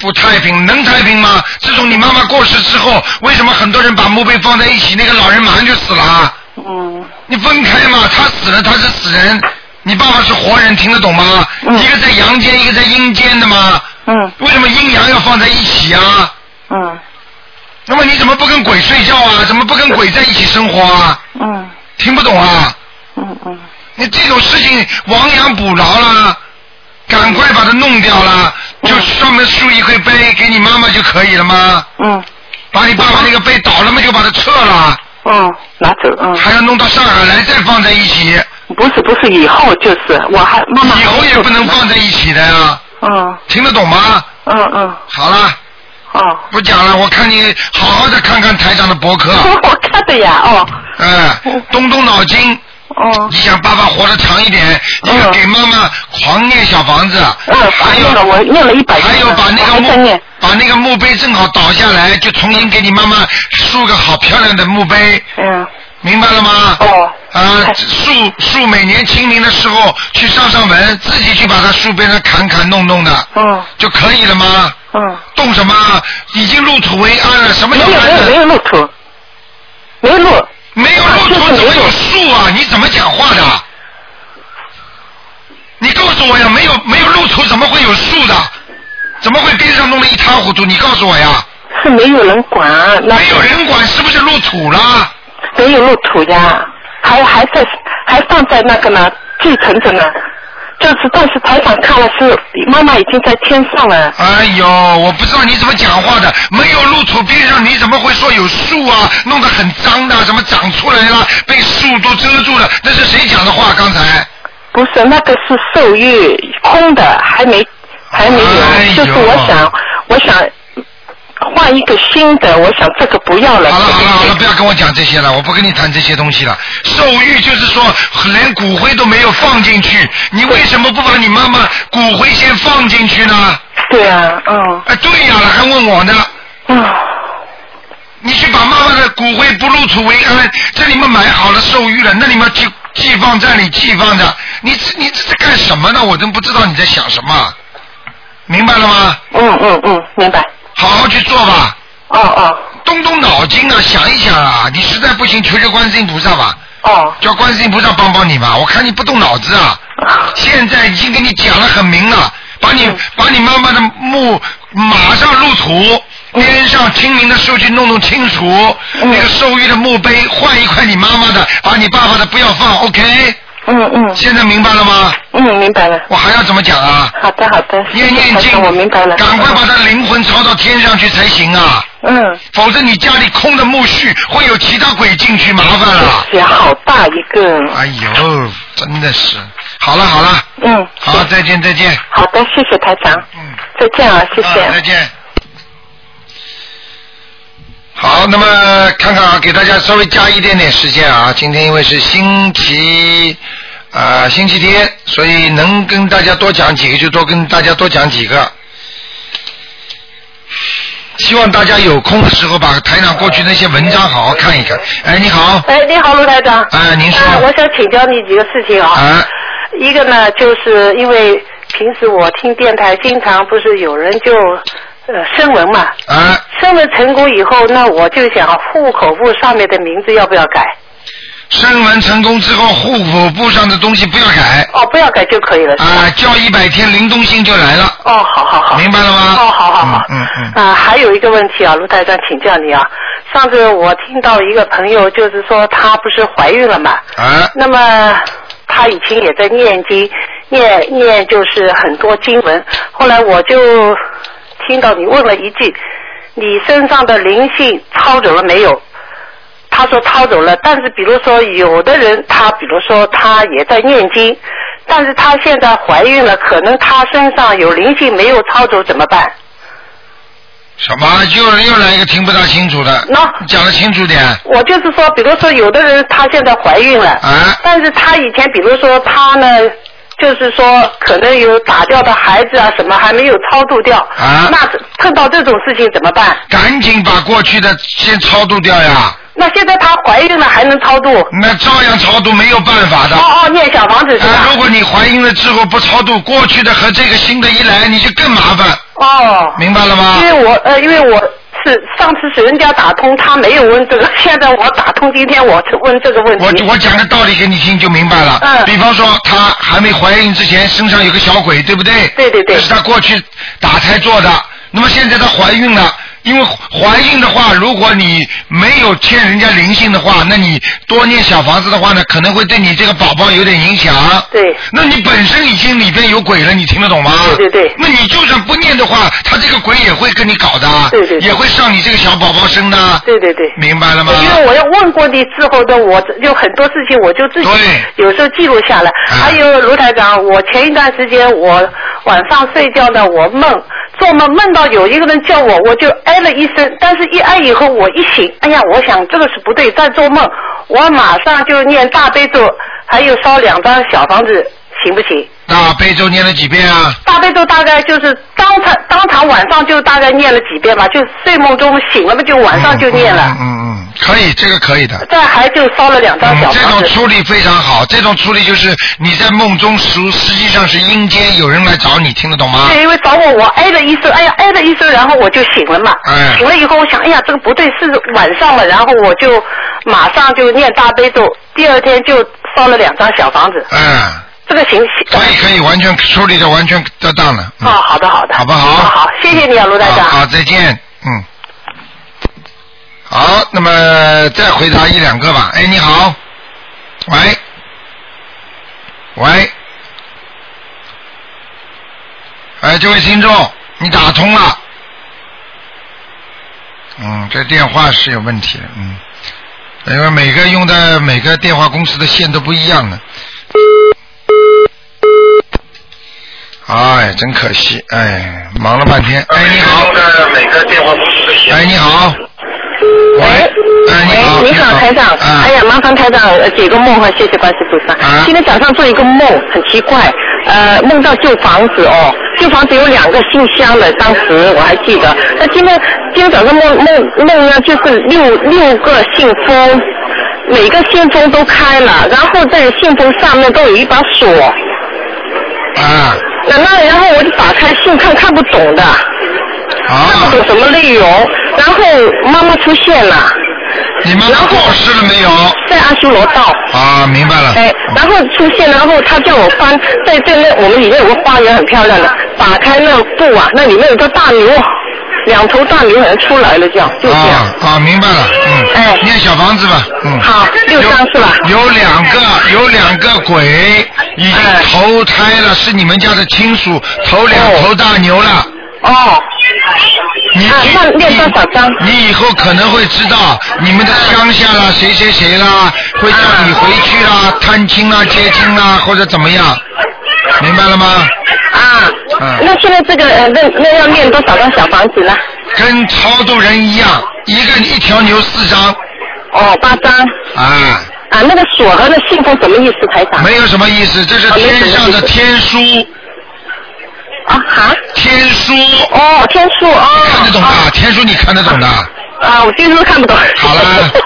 不太平，能太平吗？自从你妈妈过世之后，为什么很多人把墓碑放在一起？那个老人马上就死了啊。嗯，你分开嘛，他死了他是死人，你爸爸是活人，听得懂吗？嗯一个在阳间，一个在阴间的嘛。嗯为什么阴阳要放在一起啊？嗯那么你怎么不跟鬼睡觉啊？怎么不跟鬼在一起生活啊？嗯听不懂啊？嗯嗯你这种事情亡羊补牢啦，赶快把它弄掉啦，就上面竖一块碑给你妈妈就可以了吗？嗯把你爸爸那个碑倒了嘛，就把它撤了，嗯，拿走。嗯，还要弄到上海来再放在一起，不是不是，以后就是我还妈妈。以后也不能。放在一起的呀、嗯听得懂吗？嗯嗯，好了，哦。不讲了，我看你好好的看看台长的博客， [LAUGHS] 我看的呀，哦哎、动动脑筋，哦你，想爸爸活得长一点，一个嗯给妈妈狂念小房子，嗯，还有念了我念了一百遍还了，有把那我还在个墓念，把那个墓碑正好倒下来，就重新给你妈妈竖个好漂亮的墓碑，嗯明白了吗？哦啊哎，竖竖每年清明的时候去上上坟，自己去把它树边上砍砍弄弄的嗯就可以了吗？嗯，动什么？已经入土为安了，什么没叫有没安有没呢？有路途，没有路，没有入土怎么有树啊？你怎么讲话的？你告诉我呀，没有没有入土怎么会有树的？怎么会边上弄得一塌糊涂？你告诉我呀，是没有人管，那没有人管是不是入土了？没有路途呀，还还在还放在那个呢，继承着呢。就是，但是台长看了是妈妈已经在天上了，哎呦，我不知道你怎么讲话的，没有入土边上你怎么会说有树啊？弄得很脏的，什么长出来了，被树都遮住了，那是谁讲的话？刚才？不是那个是受孕空的，还没还没有，哎呦就是我想我想换一个新的，我想这个不要了。好了好了好这个了，不要跟我讲这些了，我不跟你谈这些东西了。受欲就是说连骨灰都没有放进去，你为什么不把你妈妈骨灰先放进去呢？对啊，嗯哎，对呀、还问我呢。嗯你去把妈妈的骨灰不入土为安，这里面买好了受玉了，那里面寄寄放在里寄放着，你这你这在干什么呢？我都不知道你在想什么，明白了吗？嗯嗯嗯，明白。好好去做吧，哦哦动动脑筋啊，想一想啊，你实在不行求求观世音菩萨吧，哦叫观世音菩萨帮帮你吧，我看你不动脑 [LAUGHS] 子啊，现在已经跟你讲了很明了，把你嗯把你妈妈的墓马上入土，嗯边上清明的数据弄弄清楚，那个受益的墓碑换一块你妈妈的，把你爸爸的不要放，OK？嗯嗯现在明白了吗？嗯，明白了。我还要怎么讲啊？好的好的，谢念谢念台经长，我明白了。赶快把他灵魂抄到天上去才行啊，嗯，否则你家里空的墓穴会有其他鬼进去，麻烦了。写好大一个，哎呦，真的是，好了好了，嗯，好，再见再见，好的，谢谢台长，嗯，再见啊，谢谢。啊再见。好，那么看看啊，给大家稍微加一点点时间啊。今天因为是星期啊、呃星期天，所以能跟大家多讲几个就多跟大家多讲几个。希望大家有空的时候把台长过去那些文章好好看一看。哎，你好，哎，你好，卢台长。哎您说哎我想请教你几个事情啊。哎一个呢，就是因为平时我听电台，经常不是有人就呃声纹嘛，啊，声纹成功以后，那我就想户口簿上面的名字要不要改？升文成功之后，户口簿上的东西不要改。哦，不要改就可以了。是吧啊，叫一百天灵动性就来了，哦，好好好。明白了吗？哦，好好好。嗯嗯嗯。啊，还有一个问题啊，卢台长，请教你啊。上次我听到一个朋友，就是说她不是怀孕了嘛，啊，那么他以前也在念经，念念就是很多经文。后来我就听到你问了一句：“你身上的灵性抄走了没有？”他说抄走了，但是比如说有的人，他比如说他也在念经，但是他现在怀孕了，可能他身上有灵性没有抄走怎么办？什么？又又来一个听不大清楚的，那你讲的清楚点。我就是说，比如说有的人她现在怀孕了，啊但是她以前比如说她呢就是说可能有打掉的孩子啊，什么还没有超度掉，啊那碰到这种事情怎么办？赶紧把过去的先超度掉呀，那现在她怀孕了还能超度？那照样超度没有办法的。哦哦，念小房子是啊，如吧？果你怀孕了之后不超度，过去的和这个新的一来，你就更麻烦，哦，明白了吗因？为我呃，因为我是上次是人家打通，他没有问这个， [LAUGHS] 现在我打通，今天我是问这个问我题。我讲个道理给你听就明白了。嗯比方说，她还没怀孕之前身上有个小鬼，对不对？对对对这是她过去打胎做的。那么现在她怀孕了，因为怀孕的话，如果你没有欠人家灵性的话，那你多念小房子的话呢，可能会对你这个宝宝有点影响。对那你本身已经里边有鬼了，你听得懂吗？对对对那你就算不念的话，他这个鬼也会跟你搞的，对对对也会上你这个小宝宝身的，对对对。明白了吗？因为我要问过你之后的，我有很多事情我就自己对有时候记录下来。啊还有卢台长，我前一段时间我晚上睡觉呢，我梦做梦梦到有一个人叫我，我就哎了一声，但是一哎以后我一醒，哎呀，我想这个是不对，在做梦，我马上就念大悲咒，还有烧两张小房子，行不行？大悲咒念了几遍啊？大悲咒大概就是当场当场晚上就大概念了几遍吧，就睡梦中醒了嘛，就晚上就念了。嗯嗯嗯嗯，可以，这个可以的。这还就烧了两张嗯小这房种子。处理非常好，这种处理就是你在梦中实实际上是阴间有人来找你，听得懂吗？对，因为找我，我哎了一声，哎呀，哎了一声，然后我就醒了嘛。哎醒了以后，我想，哎呀，这个不对，是晚上了，然后我就马上就念大悲咒，第二天就烧了两张小房子，嗯，这个行行。可以可以，完全处理的完全得当了。嗯哦，好的好的。好不好好？好，谢谢你啊，卢大好长。好，再见。嗯。好，那么再回答一两个吧。哎，你好，喂，喂，哎，这位听众，你打通了。嗯，这电话是有问题的，嗯，因为每个用的每个电话公司的线都不一样的。哎，真可惜，哎，忙了半天。哎，你好。哎，你好。喂。哎，你好。喂，你好，台长。啊哎呀，麻烦台长呃解个梦哈，谢谢观世菩萨。啊今天早上做一个梦，很奇怪，呃，梦到旧房子哦，旧房子有两个信箱的，当时我还记得。那今天今天早上梦梦梦呢，就是六六个信封，每个信封都开了，然后在信封上面都有一把锁。啊那那然后我就打开信看看不懂的。看啊不！懂什么内容，然后妈妈出现了，你们然后过世了没有？在阿修罗道。啊，明白了。哎，然后出现，然后他叫我翻，在在那我们里面有个花园很漂亮的，打开那个布啊，那里面有个大牛，两头大牛好像出来了，这样就这样。啊啊，明白了，嗯。哎念小房子吧，嗯。好，六张是吧？有有两个，有两个鬼已经哎投胎了，是你们家的亲属，投两头大牛了。哦，你啊那念多少张你你以后可能会知道你们的乡下啊啦，谁谁谁啦，会叫你回去啦，探亲啦、接亲啦，或者怎么样，明白了吗？啊，嗯那现在这个呃，那那要念多少张小房子呢？跟超度人一样，一个一条牛四张哦，八张。啊，啊，那个锁和那信封什么意思，台长？没有什么意思，这是天上的天书，啊哈。天书哦，天数哦。看得懂哦的，天书你看得懂的，啊，我就是看不懂。好了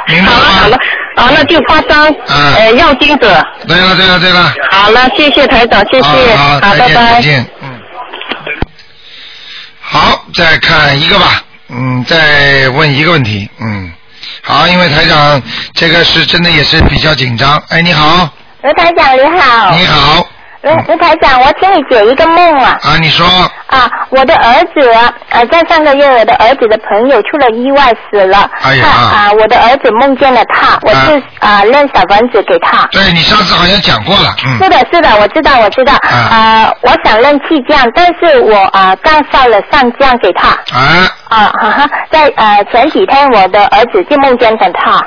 明白了吗好了好了，啊，那就八张，嗯呃，要金者。对了对了对了，好了，谢谢台长，谢谢，啊好好，好，再拜见再拜。见，嗯，好，再看一个吧，嗯，再问一个问题，嗯，好，因为台长这个是真的也是比较紧张，哎，你好，卢台长你好，你好，嗯卢卢台长，我请你解一个梦啊。啊，你说，啊，我的儿子，呃，在上个月，我的儿子的朋友出了意外死了。哎呀他啊，我的儿子梦见了他，我啊就啊扔小房子给他。对你上次好像讲过了，是嗯，的，是的，我知道，我知道。啊呃，我想扔气酱，但是我啊干烧了上酱给他。啊，啊哈哈，在呃前几天我的儿子就梦见了他。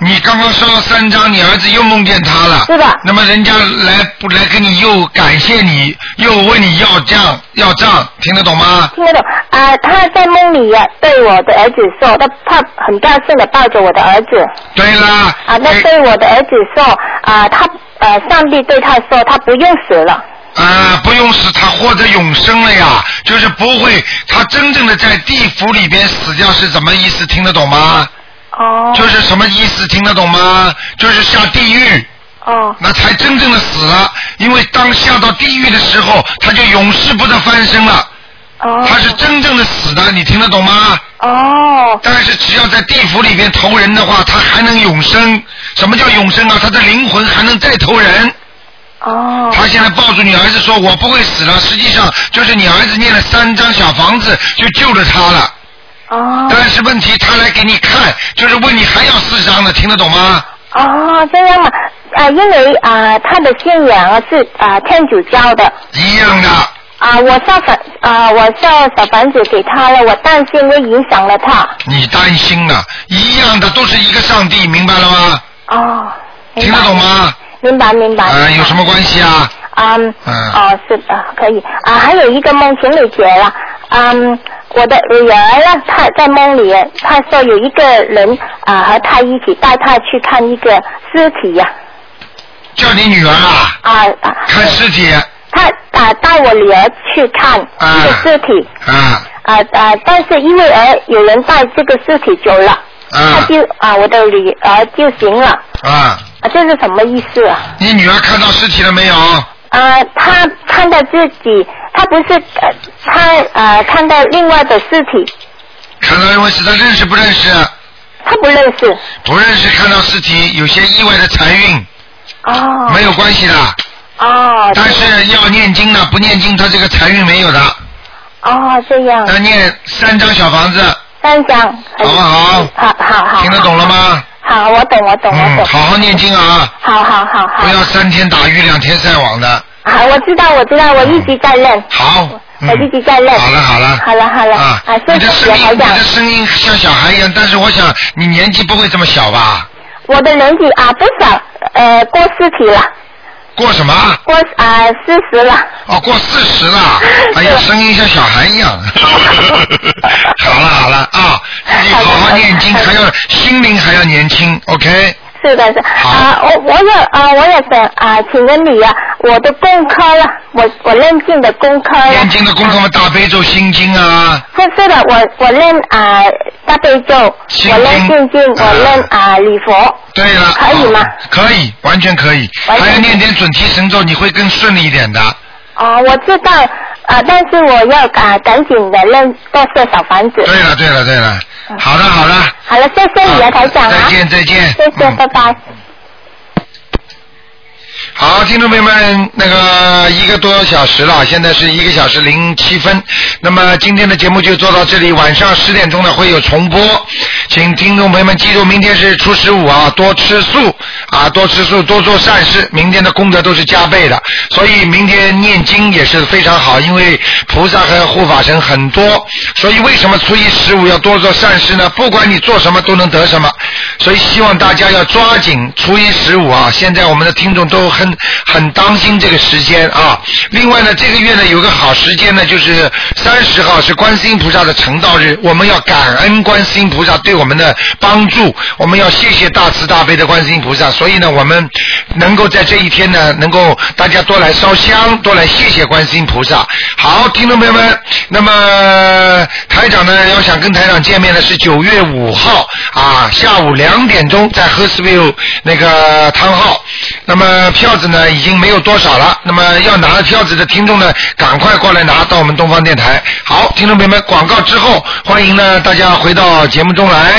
你刚刚烧了三张，你儿子又梦见他了。是的那么人家来不来跟你又感谢你，又问你要账要账，听得懂吗？听得懂啊、他在梦里呀、对我的儿子说，他他很高兴的抱着我的儿子对啦。啊，那哎对我的儿子说啊、他啊、呃，上帝对他说他不用死了。啊，不用死，他获得永生了呀，就是不会，他真正的在地府里边死掉是怎么意思？听得懂吗？哦。就是什么意思？听得懂吗？就是下地狱。哦。那才真正的死了，因为当下到地狱的时候，他就永世不得翻身了。哦。他是真正的死的，你听得懂吗？哦。但是只要在地府里边投人的话，他还能永生。什么叫永生啊？他的灵魂还能再投人。哦。他现在抱住你儿子说：“我不会死了。”实际上就是你儿子念了三张小房子就救了他了。哦。但是问题他来给你看，就是问你还要四张呢，听得懂吗？哦，这样啊，啊、因为啊、他的信仰啊是啊、天主教的。一样的。啊、我上房啊、我上小房子给他了，我担心会影响了他。你担心了，一样的都是一个上帝，明白了吗？哦，听得懂吗？明白明白。啊、有什么关系啊？嗯，嗯哦，是的，可以啊。还有一个梦，请你解了。嗯，我的女儿呢，她在梦里，她说有一个人啊，和她一起带她去看一个尸体呀、叫你女儿啊，啊。啊看尸体她啊带我女儿去看这个尸体啊啊啊，但是因为呃有人带这个尸体走了，她啊就啊我的女儿就行了，啊啊！这是什么意思啊？你女儿看到尸体了没有？呃，他看到自己，他不是呃，他呃看到另外的尸体，看到认识他认识不认识？他不认识。不认识，看到尸体有些意外的财运，哦没有关系的。哦但是要念经的，不念经他这个财运没有的。哦，这样。要念三张小房子，三张，好好不好？好好好，听得懂了吗？好，我懂，我懂，我嗯，懂。好好念经啊，好好好不好，要三天打鱼两天晒网的。好，我知道，我知道，我一直在练，好，嗯我，一直在练。好了好了。好了好了，啊啊，，谢你的谢声台音，你长，的声音像小孩一样，但是我想你年纪不会这么小吧？我的年纪啊多少？呃，过四体了，过什么？过啊四十了。哦，过四十 [LAUGHS] 了。哎呀，声音像小孩一样。好了好了啊，自己好好念经，还要心灵还要年轻，OK？是的，是啊，我我也啊，我也想啊，请问你呀、我的功课了，我我练经的功课了念，经的功课嘛，大悲咒心经啊，是是的，我我练啊大悲咒，心我练经心经，我练啊礼佛，对了，可以吗啊可以，完全可以。完全还要念点准提神咒，你会更顺利一点的。哦，我知道啊，但是我要啊赶紧的练多设小房子。嗯对了，对了，对了，好的，好的。好了，谢谢你啊，台长啊再，见，嗯再见。谢谢，拜拜。好，听众朋友们，那个一个多小时了，现在是一个小时零七分。那么今天的节目就做到这里，晚上十点钟呢会有重播，请听众朋友们记住，明天是初十五啊，多吃素啊，多吃素，多做善事，明天的功德都是加倍的。所以明天念经也是非常好，因为菩萨和护法神很多，所以为什么初一十五要多做善事呢？不管你做什么都能得什么，所以希望大家要抓紧初一十五啊！现在我们的听众都很很当心这个时间啊。另外呢，这个月呢有个好时间呢，就是三十号是观世音菩萨的成道日，我们要感恩观世音菩萨对我们的帮助，我们要谢谢大慈大悲的观世音菩萨。所以呢，我们能够在这一天呢，能够大家多来烧香，多来谢谢观世音菩萨。好，听众朋友们，那么台长呢，要想跟台长见面呢，是九月五号啊，下午两点钟在 h e r s v i l l e 那个汤号。那么票子呢，已经没有多少了。那么要拿票子的听众呢，赶快过来拿到我们东方电台。好，听众朋友们，广告之后，欢迎呢大家回到节目中来。